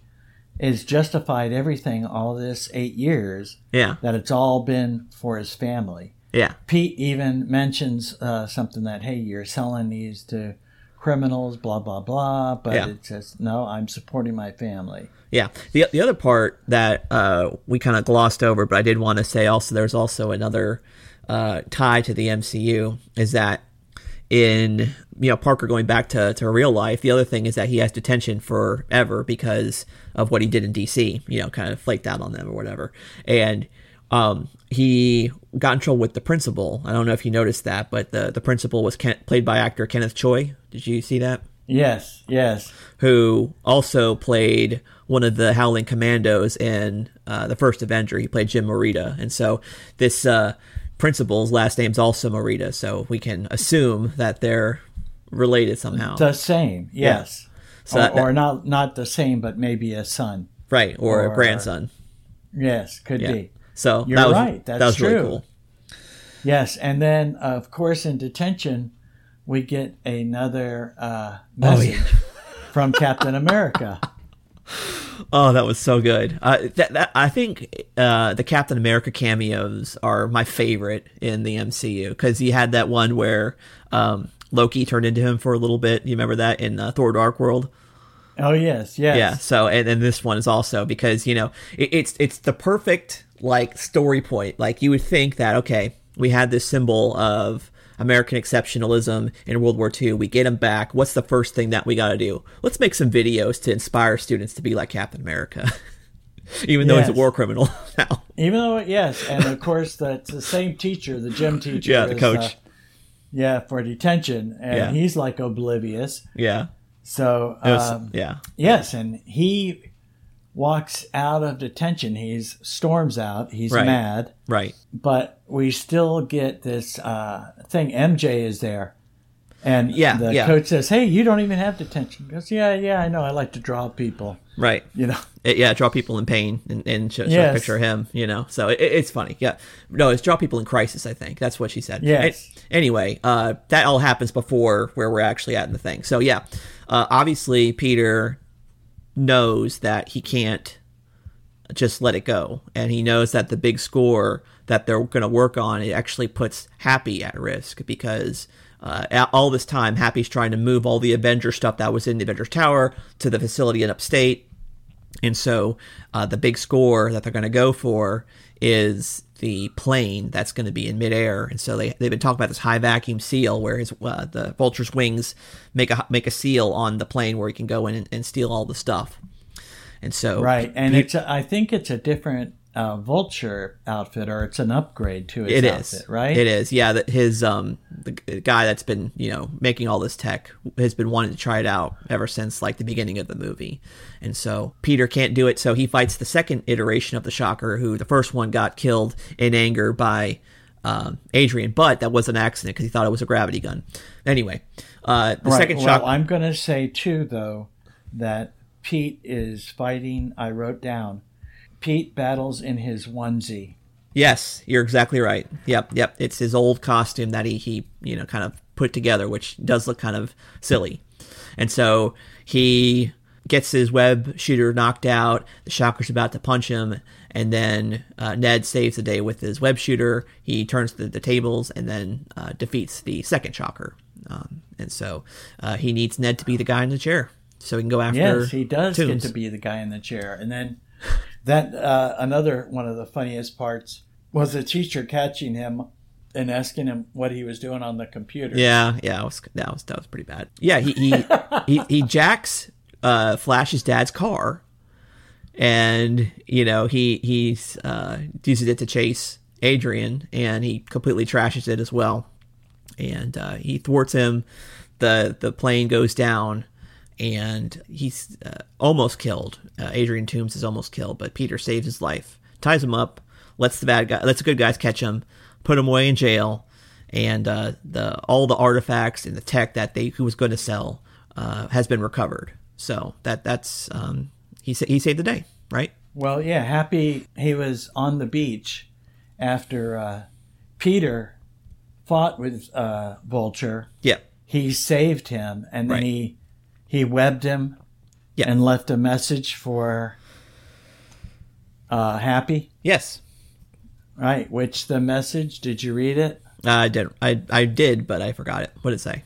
Speaker 2: is justified everything all this eight years
Speaker 1: Yeah.
Speaker 2: that it's all been for his family.
Speaker 1: Yeah.
Speaker 2: Pete even mentions uh, something that, hey, you're selling these to criminals, blah, blah, blah. But
Speaker 1: Yeah.
Speaker 2: it says, no, I'm supporting my family.
Speaker 1: Yeah. The the other part that uh, we kind of glossed over, but I did want to say also there's also another uh, tie to the MCU is that in you know Parker going back to, to real life, the other thing is that he has detention forever because of what he did in DC, you know, kind of flaked out on them or whatever. And um, he got in trouble with the principal. I don't know if you noticed that, but the, the principal was Ken- played by actor Kenneth Choi. Did you see that?
Speaker 2: Yes, yes.
Speaker 1: who also played one of the Howling Commandos in uh, the first Avenger. He played Jim Morita, and so this uh, principal's last name's also Morita, so we can assume that they're related somehow,
Speaker 2: The same, yes.
Speaker 1: So
Speaker 2: or,
Speaker 1: that-
Speaker 2: or not, not the same, but maybe a son.
Speaker 1: right? Or,
Speaker 2: or-
Speaker 1: a grandson.
Speaker 2: Yes, could
Speaker 1: Yeah.
Speaker 2: be.
Speaker 1: So
Speaker 2: You're
Speaker 1: that was,
Speaker 2: right.
Speaker 1: that
Speaker 2: That's
Speaker 1: was really
Speaker 2: true.
Speaker 1: cool.
Speaker 2: Yes, and then of course in detention, we get another uh, message from Captain America.
Speaker 1: Oh, that was so good. Uh, that, that I think uh, the Captain America cameos are my favorite in the MCU because he had that one where um, Loki turned into him for a little bit. You remember that in uh, Thor: Dark World?
Speaker 2: Oh yes, yes,
Speaker 1: Yeah. So, and then this one is also because you know it, it's it's the perfect like story point. Like you would think that okay, we had this symbol of American exceptionalism in World War II. We get him back. What's the first thing that we got to do? Let's make some videos to inspire students to be like Captain America, even though he's
Speaker 2: Yes.
Speaker 1: a war criminal now.
Speaker 2: Even though yes, and of course that's the same teacher, the gym teacher.
Speaker 1: Yeah, the
Speaker 2: is,
Speaker 1: coach.
Speaker 2: uh, yeah, for detention, and
Speaker 1: Yeah.
Speaker 2: he's like oblivious.
Speaker 1: Yeah.
Speaker 2: So
Speaker 1: It was-
Speaker 2: um,
Speaker 1: yeah.
Speaker 2: yes, and he walks out of detention. He's storms out. He's
Speaker 1: Right.
Speaker 2: mad.
Speaker 1: Right.
Speaker 2: but we still get this uh, thing. MJ is there, and
Speaker 1: Yeah,
Speaker 2: the
Speaker 1: yeah.
Speaker 2: coach says, "Hey, you don't even have detention." He goes, "Yeah, yeah, I know. I like to draw people,
Speaker 1: Right.
Speaker 2: you know."
Speaker 1: It- yeah, draw people in pain and, and show, show
Speaker 2: Yes.
Speaker 1: a picture of him, you know. So it, it's funny. Yeah. No, it's draw people in crisis, I think. That's what she said.
Speaker 2: Yes.
Speaker 1: A- anyway, uh, that all happens before where we're actually at in the thing. So, yeah, uh, obviously, Peter knows that he can't just let it go. And he knows that the big score that they're going to work on it actually puts Happy at risk because uh, a- all this time Happy's trying to move all the Avenger stuff that was in the Avengers Tower to the facility in Upstate. And so uh, the big score that they're going to go for is the plane that's going to be in midair. And so they, they've been talking about this high vacuum seal where his, uh, the vulture's wings make a, make a seal on the plane where he can go in and, and steal all the stuff. And so
Speaker 2: Right, and it's a, I think it's a different uh, vulture outfit, or it's an upgrade to his
Speaker 1: It is
Speaker 2: outfit, right?
Speaker 1: It is, yeah. That his um, the g- guy that's been you know making all this tech has been wanting to try it out ever since like the beginning of the movie, and so Peter can't do it. So he fights the second iteration of the Shocker, who the first one got killed in anger by um, Adrian, but that was an accident because he thought it was a gravity gun. Anyway, uh, the
Speaker 2: right.
Speaker 1: second
Speaker 2: well,
Speaker 1: Shocker.
Speaker 2: I'm going to say too, though, that Pete is fighting. I wrote down, Pete battles in his onesie.
Speaker 1: Yes, you're exactly right. Yep, yep. It's his old costume that he, he you know kind of put together, which does look kind of silly. And so he gets his web shooter knocked out. The Shocker's about to punch him, and then uh, Ned saves the day with his web shooter. He turns the, the tables and then uh, defeats the second Shocker. Um, and so uh, he needs Ned to be the guy in the chair so he can go after.
Speaker 2: Yes, he does
Speaker 1: Toons.
Speaker 2: get to be the guy in the chair. And then that uh, another one of the funniest parts was the teacher catching him and asking him what he was doing on the computer.
Speaker 1: Yeah, yeah, that was that was, that was pretty bad. Yeah, he he he, he jacks uh, Flash's dad's car, and you know he he's uh, uses it to chase Adrian, and he completely trashes it as well, and uh, he thwarts him. the The plane goes down, and he's uh, almost killed. Uh, Adrian Toombs is almost killed, but Peter saves his life, ties him up, lets the bad guy, lets the good guys catch him, put him away in jail, and uh, the all the artifacts and the tech that they who was going to sell uh, has been recovered. So that that's um, he sa- he saved the day, right?
Speaker 2: Well, yeah, happy he was on the beach after uh, Peter fought with uh, Vulture.
Speaker 1: Yeah,
Speaker 2: He saved him, and then
Speaker 1: Right.
Speaker 2: he he webbed him
Speaker 1: Yeah.
Speaker 2: and left a message for uh, Happy.
Speaker 1: yes,
Speaker 2: Right, which the message, did you read it?
Speaker 1: I did I I did, but I forgot it. What did it say?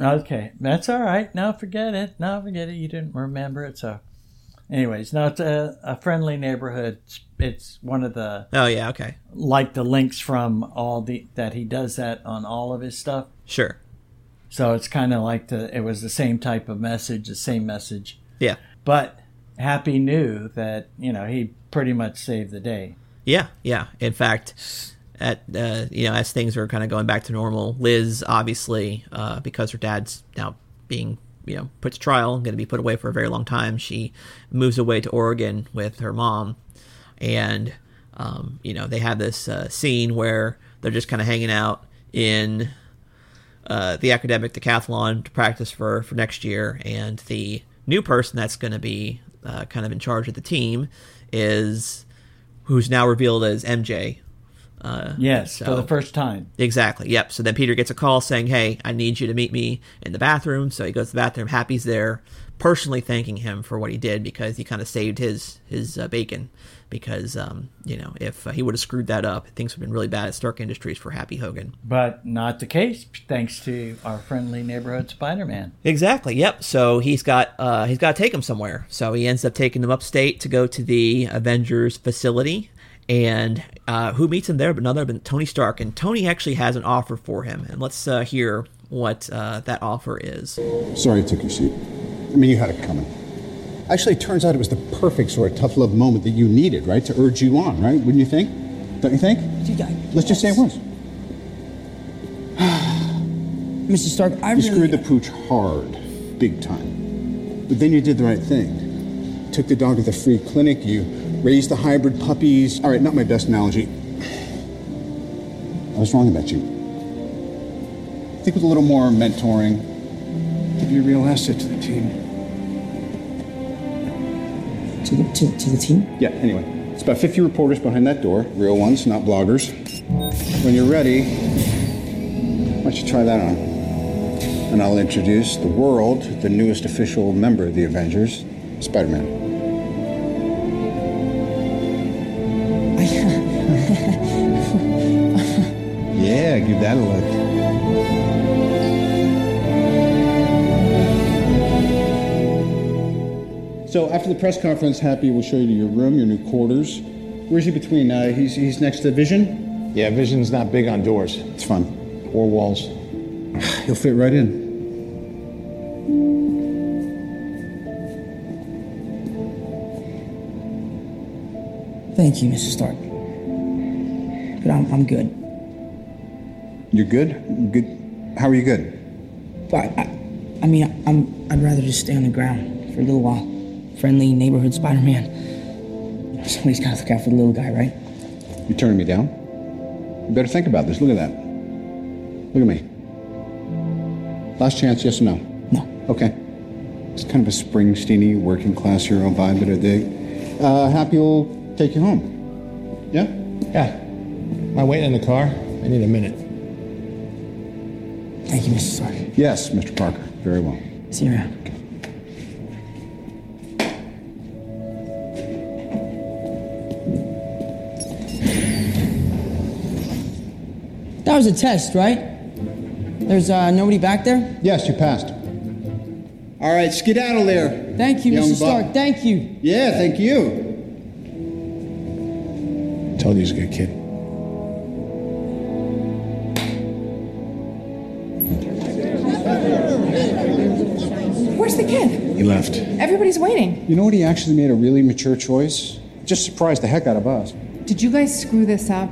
Speaker 2: Okay, that's all right. Now forget it. Now forget it. You didn't remember it, so. Anyways, now it's a, a friendly neighborhood. It's, it's one of the
Speaker 1: Oh yeah, okay,
Speaker 2: like the links from all the that he does that on all of his stuff.
Speaker 1: sure,
Speaker 2: So it's kind of like the it was the same type of message, the same message.
Speaker 1: yeah,
Speaker 2: But Happy knew that you know he pretty much saved the day.
Speaker 1: yeah, yeah. In fact. At uh, you know, as things were kind of going back to normal, Liz obviously, uh, because her dad's now being you know put to trial, going to be put away for a very long time, she moves away to Oregon with her mom, and um, you know they have this uh, scene where they're just kind of hanging out in uh, the academic decathlon to practice for for next year, and the new person that's going to be uh, kind of in charge of the team is who's now revealed as MJ. Uh,
Speaker 2: Yes,
Speaker 1: so-
Speaker 2: for the first time.
Speaker 1: Exactly. Yep. So then Peter gets a call saying, "Hey, I need you to meet me in the bathroom." So he goes to the bathroom. Happy's there, personally thanking him for what he did because he kind of saved his his uh, bacon. Because um, you know, if uh, he would have screwed that up, things would have been really bad at Stark Industries for Happy Hogan.
Speaker 2: But not the case, thanks to our friendly neighborhood Spider Man.
Speaker 1: Exactly. Yep. So he's got uh, he's got to take him somewhere. So he ends up taking him upstate to go to the Avengers facility, and uh, who meets him there but none other than Tony Stark. And Tony actually has an offer for him, and let's uh, hear what uh, that offer is.
Speaker 10: Sorry I took your seat. I mean, you had it coming. Actually, it turns out it was the perfect sort of tough love moment that you needed, right? To urge you on, right? Wouldn't you think? Don't you think?
Speaker 4: Dude, I-
Speaker 10: Let's just say it was.
Speaker 4: Mr. Stark, I
Speaker 10: You
Speaker 4: really.
Speaker 10: screwed the pooch hard, big time. But then you did the right thing. Took the dog to the free clinic, you raised the hybrid puppies. All right, not my best analogy. I was wrong about you. I think with a little more mentoring,
Speaker 9: You'd be a real asset to the team.
Speaker 4: to, the, to, to the team?
Speaker 10: yeah, anyway, it's about 50 reporters behind that door, real ones, not bloggers. When you're ready, why don't you try that on? And I'll introduce the world, to the newest official member of the Avengers, Spider Man. gotta give that a look. So after the press conference, Happy will show you to your room, your new quarters. Where's he between? Uh, he's he's next to Vision. Yeah, Vision's not big on doors. It's fun, or walls. He'll fit right in.
Speaker 4: Thank you, Mr. Stark. But I'm, I'm good.
Speaker 10: You're good. Good. How are you good?
Speaker 4: But I, I mean, I'm, I'd rather just stay on the ground for a little while. Friendly neighborhood Spider Man. Somebody's got to look out for the little guy, right?
Speaker 10: You turning me down? You better think about this. Look at that. Look at me. Last chance, yes or no? No. Okay. It's kind of a Springsteen working class hero vibe that I dig. Uh, happy will take you home. Yeah?
Speaker 11: Yeah. Am I waiting in the car? I need a minute.
Speaker 10: Thank you, Mr. Sark. Yes, Mr. Parker. Very well.
Speaker 4: See you around. That was a test, right? There's uh, nobody back there?
Speaker 10: Yes, you passed. All right, skedaddle there.
Speaker 4: Thank you,
Speaker 10: young
Speaker 4: Mr.
Speaker 10: buck.
Speaker 4: Stark. Thank you.
Speaker 10: Yeah, thank you.
Speaker 11: Told you he's a good kid.
Speaker 12: Where's the kid?
Speaker 10: He left.
Speaker 12: Everybody's waiting.
Speaker 10: You know what? He actually made a really mature choice. Just surprised the heck out of us.
Speaker 12: Did you guys screw this up?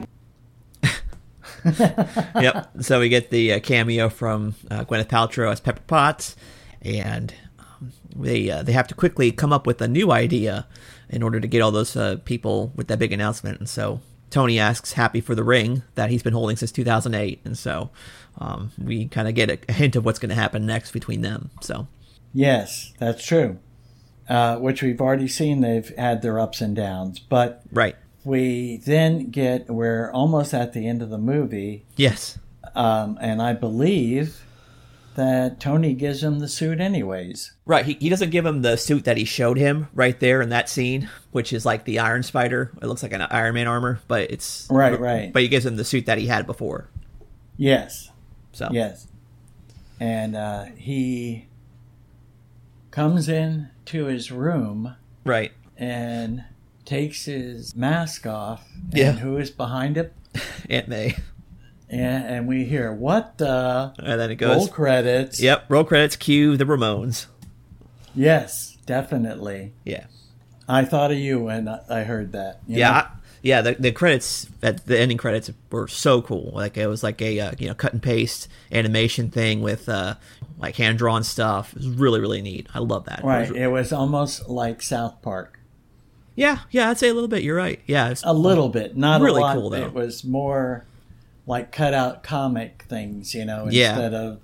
Speaker 1: yep. So we get the uh, cameo from uh, Gwyneth Paltrow as Pepper Potts, and um, they uh, they have to quickly come up with a new idea in order to get all those uh, people with that big announcement. And so Tony asks Happy for the ring that he's been holding since 2008, and so um, we kind of get a, a hint of what's going to happen next between them. So
Speaker 2: Yes, that's true. Uh, which we've already seen. They've had their ups and downs, but
Speaker 1: right.
Speaker 2: We then get we're almost at the end of the movie.
Speaker 1: Yes.
Speaker 2: Um, and I believe that Tony gives him the suit anyways.
Speaker 1: Right, he, he doesn't give him the suit that he showed him right there in that scene, which is like the Iron Spider. It looks like an Iron Man armor, but it's
Speaker 2: Right,
Speaker 1: but-
Speaker 2: right.
Speaker 1: But he gives him the suit that he had before.
Speaker 2: Yes.
Speaker 1: So
Speaker 2: Yes. And uh, he comes in to his room.
Speaker 1: Right.
Speaker 2: And takes his mask off.
Speaker 1: Yeah.
Speaker 2: And who is behind him?
Speaker 1: Aunt May.
Speaker 2: And, and we hear, what the?
Speaker 1: And then it goes.
Speaker 2: Roll credits.
Speaker 1: Yep, roll credits. Cue the Ramones.
Speaker 2: Yes, definitely.
Speaker 1: Yeah.
Speaker 2: I thought of you when I I heard that. you
Speaker 1: yeah,
Speaker 2: know?
Speaker 1: I- yeah. The, the credits at the ending credits were so cool. Like it was like a uh, you know cut and paste animation thing with uh, like hand drawn stuff. It was really really neat. I love that. It was
Speaker 2: Right. It was almost like South Park.
Speaker 1: Yeah, yeah, I'd say a little bit. You're right. Yeah, it's
Speaker 2: a little bit, not
Speaker 1: really
Speaker 2: a lot.
Speaker 1: cool though.
Speaker 2: It was more like cut out comic things, you know,
Speaker 1: Yeah.
Speaker 2: instead of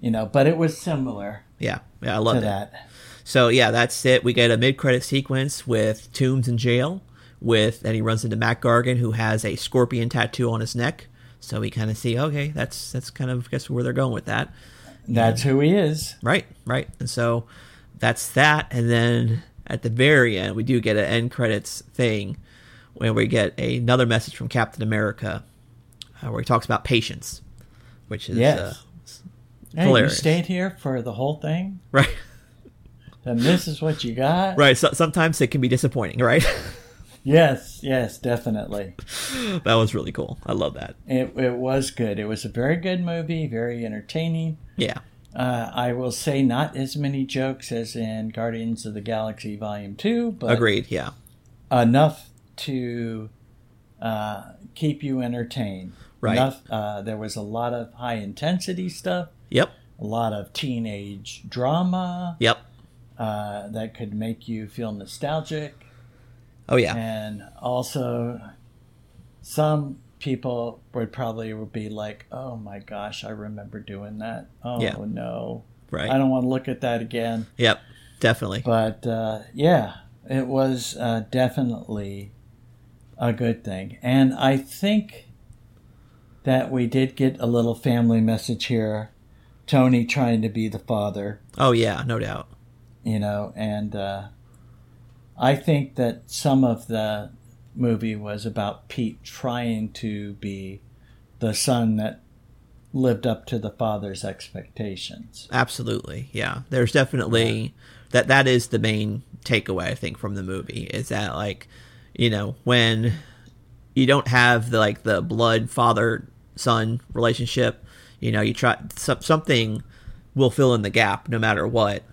Speaker 2: you know, but it was similar.
Speaker 1: Yeah, yeah, I love
Speaker 2: to
Speaker 1: that.
Speaker 2: that.
Speaker 1: So yeah, that's it. We get a mid-credit sequence with Toombs in jail, with and he runs into Matt Gargan, who has a scorpion tattoo on his neck. So we kind of see, okay, that's that's kind of guess where they're going with that.
Speaker 2: That's who he is.
Speaker 1: Right, right. And so that's that. And then at the very end, we do get an end credits thing where we get another message from Captain America, uh, where he talks about patience, which is
Speaker 2: Yes.
Speaker 1: uh,
Speaker 2: Hey,
Speaker 1: hilarious.
Speaker 2: you stayed here for the whole thing?
Speaker 1: Right.
Speaker 2: Then this is what you got?
Speaker 1: Right. So sometimes it can be disappointing, right?
Speaker 2: Yes, yes, definitely.
Speaker 1: that was really cool. I love that.
Speaker 2: It, it was good. It was a very good movie, very entertaining.
Speaker 1: Yeah.
Speaker 2: Uh, I will say not as many jokes as in Guardians of the Galaxy Volume 2, but
Speaker 1: Agreed. Yeah.
Speaker 2: enough to uh, keep you entertained.
Speaker 1: Right.
Speaker 2: Enough, uh, there was a lot of high intensity stuff.
Speaker 1: Yep.
Speaker 2: A lot of teenage drama.
Speaker 1: Yep.
Speaker 2: Uh, that could make you feel nostalgic.
Speaker 1: Oh, yeah.
Speaker 2: And also, some people would probably would be like, "Oh my gosh, I remember doing that. Oh
Speaker 1: Yeah.
Speaker 2: no,
Speaker 1: Right.
Speaker 2: I don't want to look at that again."
Speaker 1: Yep. Definitely.
Speaker 2: But uh, yeah, it was uh, definitely a good thing. And I think that we did get a little family message here. Tony trying to be the father,
Speaker 1: Oh yeah, no doubt.
Speaker 2: you know, and uh, I think that some of the movie was about Pete trying to be the son that lived up to the father's expectations.
Speaker 1: Absolutely. Yeah. There's definitely that that is the main takeaway I think from the movie is that like, you know, when you don't have the like the blood father son relationship, you know, you try some, something will fill in the gap no matter what.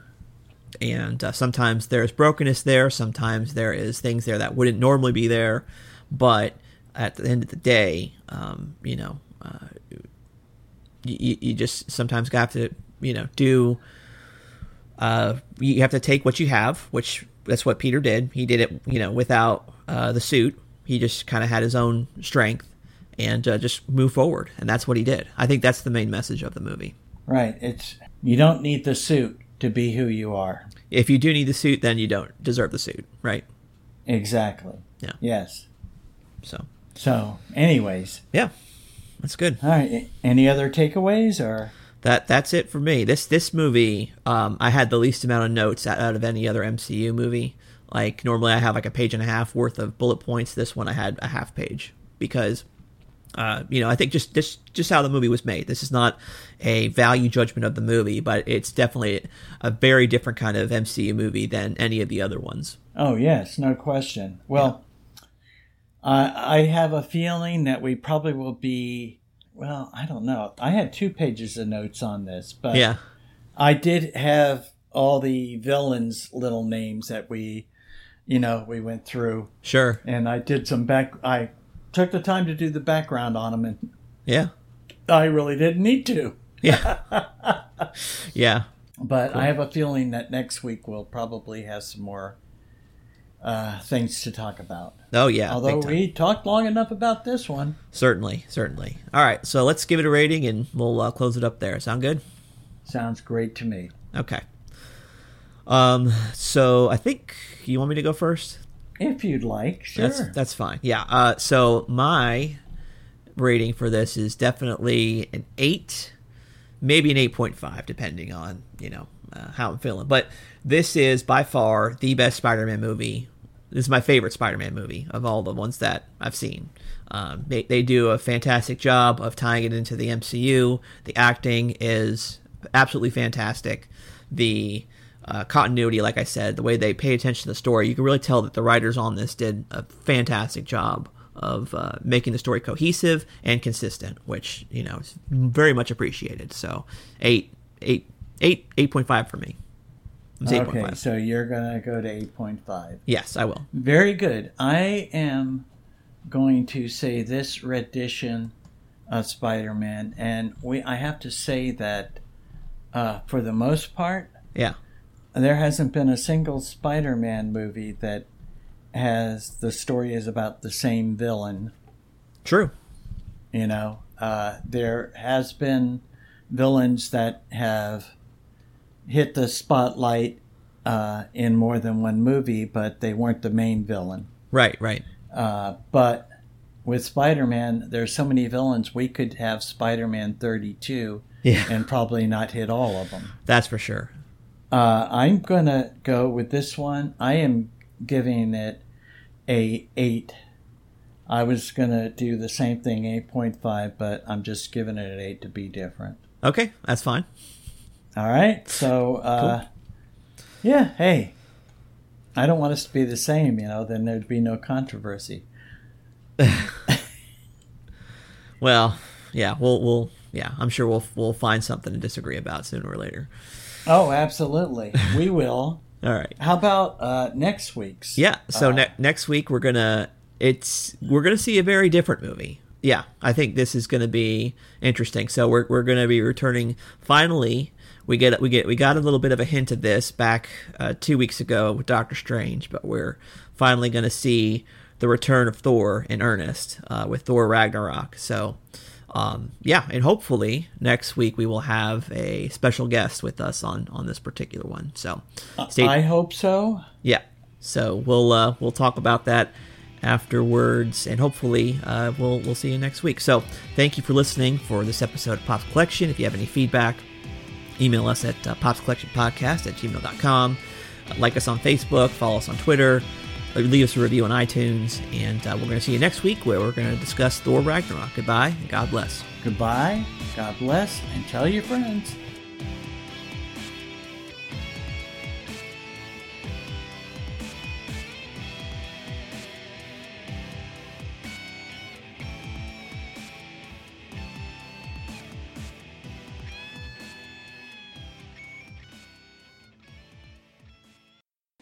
Speaker 1: And uh, sometimes there's brokenness there, sometimes there is things there that wouldn't normally be there, but at the end of the day, um, you know, uh, you, you just sometimes have to you know do uh you have to take what you have which that's what peter did he did it you know without uh the suit he just kind of had his own strength and uh, just move forward and that's what he did i think that's the main message of the movie
Speaker 2: Right. It's you don't need the suit to be who you are.
Speaker 1: if you do need the suit then you don't deserve the suit right
Speaker 2: Exactly.
Speaker 1: Yeah.
Speaker 2: Yes.
Speaker 1: So.
Speaker 2: So, anyways.
Speaker 1: Yeah. That's good.
Speaker 2: All right. Any other takeaways or
Speaker 1: that that's it for me this this movie um i had the least amount of notes out, out of any other mcu movie like normally i have like a page and a half worth of bullet points this one i had a half page because uh, you know, I think just, just just how the movie was made. This is not a value judgment of the movie, but it's definitely a very different kind of MCU movie than any of the other ones.
Speaker 2: Oh, yes, no question. Well, I I have a feeling that we probably will be well, I don't know. I had two pages of notes on this, but
Speaker 1: Yeah.
Speaker 2: I did have all the villains' little names that we, you know, we went through.
Speaker 1: Sure.
Speaker 2: And I did some back. I took the time to do the background on them, and
Speaker 1: Yeah.
Speaker 2: I really didn't need to.
Speaker 1: Yeah.
Speaker 2: But
Speaker 1: Cool.
Speaker 2: I have a feeling that next week we'll probably have some more uh, things to talk about.
Speaker 1: Oh yeah.
Speaker 2: Although
Speaker 1: big time.
Speaker 2: we talked long enough about this one.
Speaker 1: certainly, certainly. All right, so let's give it a rating and we'll uh, close it up there. Sound good?
Speaker 2: Sounds great to me.
Speaker 1: Okay. Um. So I think you want me to go first.
Speaker 2: If you'd like, sure.
Speaker 1: That's that's fine. Yeah. Uh. So my rating for this is definitely an eight, maybe an eight point five, depending on you know uh, how I'm feeling. But this is by far the best Spider-Man movie. This is my favorite Spider-Man movie of all the ones that I've seen. Um, they they do a fantastic job of tying it into the MCU. The acting is absolutely fantastic. The uh, continuity, like I said, the way they pay attention to the story, you can really tell that the writers on this did a fantastic job of uh, making the story cohesive and consistent, which you know is very much appreciated. So eight, eight, eight, eight point five for me. It's eight point
Speaker 2: Okay,
Speaker 1: five.
Speaker 2: so you're going to go to 8.5.
Speaker 1: Yes, I will.
Speaker 2: Very good. I am going to say this rendition of Spider-Man, and we I have to say that uh, for the most part,
Speaker 1: Yeah.
Speaker 2: there hasn't been a single Spider-Man movie that has the story is about the same villain.
Speaker 1: True.
Speaker 2: You know, uh, there has been villains that have hit the spotlight uh, in more than one movie, but they weren't the main villain.
Speaker 1: Right. Right.
Speaker 2: Uh, but with Spider-Man, there's so many villains. We could have Spider-Man 32
Speaker 1: Yeah.
Speaker 2: and probably not hit all of them.
Speaker 1: That's for sure.
Speaker 2: Uh, I'm gonna go with this one. I am giving it a eight. I was gonna do the same thing, eight point five, but I'm just giving it an eight to be different.
Speaker 1: Okay, that's fine.
Speaker 2: All right, so uh, yeah, hey, I don't want us to be the same, you know. Then there'd be no controversy.
Speaker 1: Well, yeah, we'll we'll yeah, I'm sure we'll we'll find something to disagree about sooner or later.
Speaker 2: Oh, absolutely, we will.
Speaker 1: All right.
Speaker 2: How about uh, next week's?
Speaker 1: Yeah. So
Speaker 2: Uh,
Speaker 1: ne- next week we're gonna it's we're gonna see a very different movie. Yeah, I think this is gonna be interesting. So we're we're gonna be returning finally. We get we get we got a little bit of a hint of this back uh, two weeks ago with Doctor Strange, but we're finally gonna see the return of Thor in earnest uh, with Thor Ragnarok. So. Um, yeah, and hopefully next week we will have a special guest with us on on this particular one. So stay
Speaker 2: I hope so.
Speaker 1: yeah. So we'll uh, we'll talk about that afterwards, and hopefully uh, we'll we'll see you next week. So thank you for listening for this episode of Pops Collection. If you have any feedback, email us at uh, popscollectionpodcast at gmail.com. Uh, like us on Facebook, follow us on Twitter, uh, leave us a review on iTunes, and uh, we're going to see you next week where we're going to discuss Thor Ragnarok. Goodbye, and God bless.
Speaker 2: Goodbye, God bless, and tell your friends.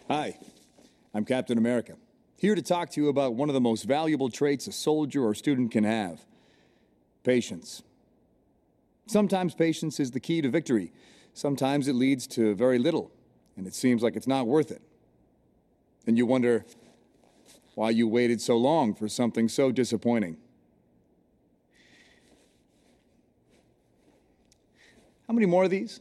Speaker 13: Hi, I'm Captain America, here to talk to you about one of the most valuable traits a soldier or student can have patience. Sometimes patience is the key to victory, sometimes it leads to very little, and it seems like it's not worth it. And you wonder why you waited so long for something so disappointing. How many more of these?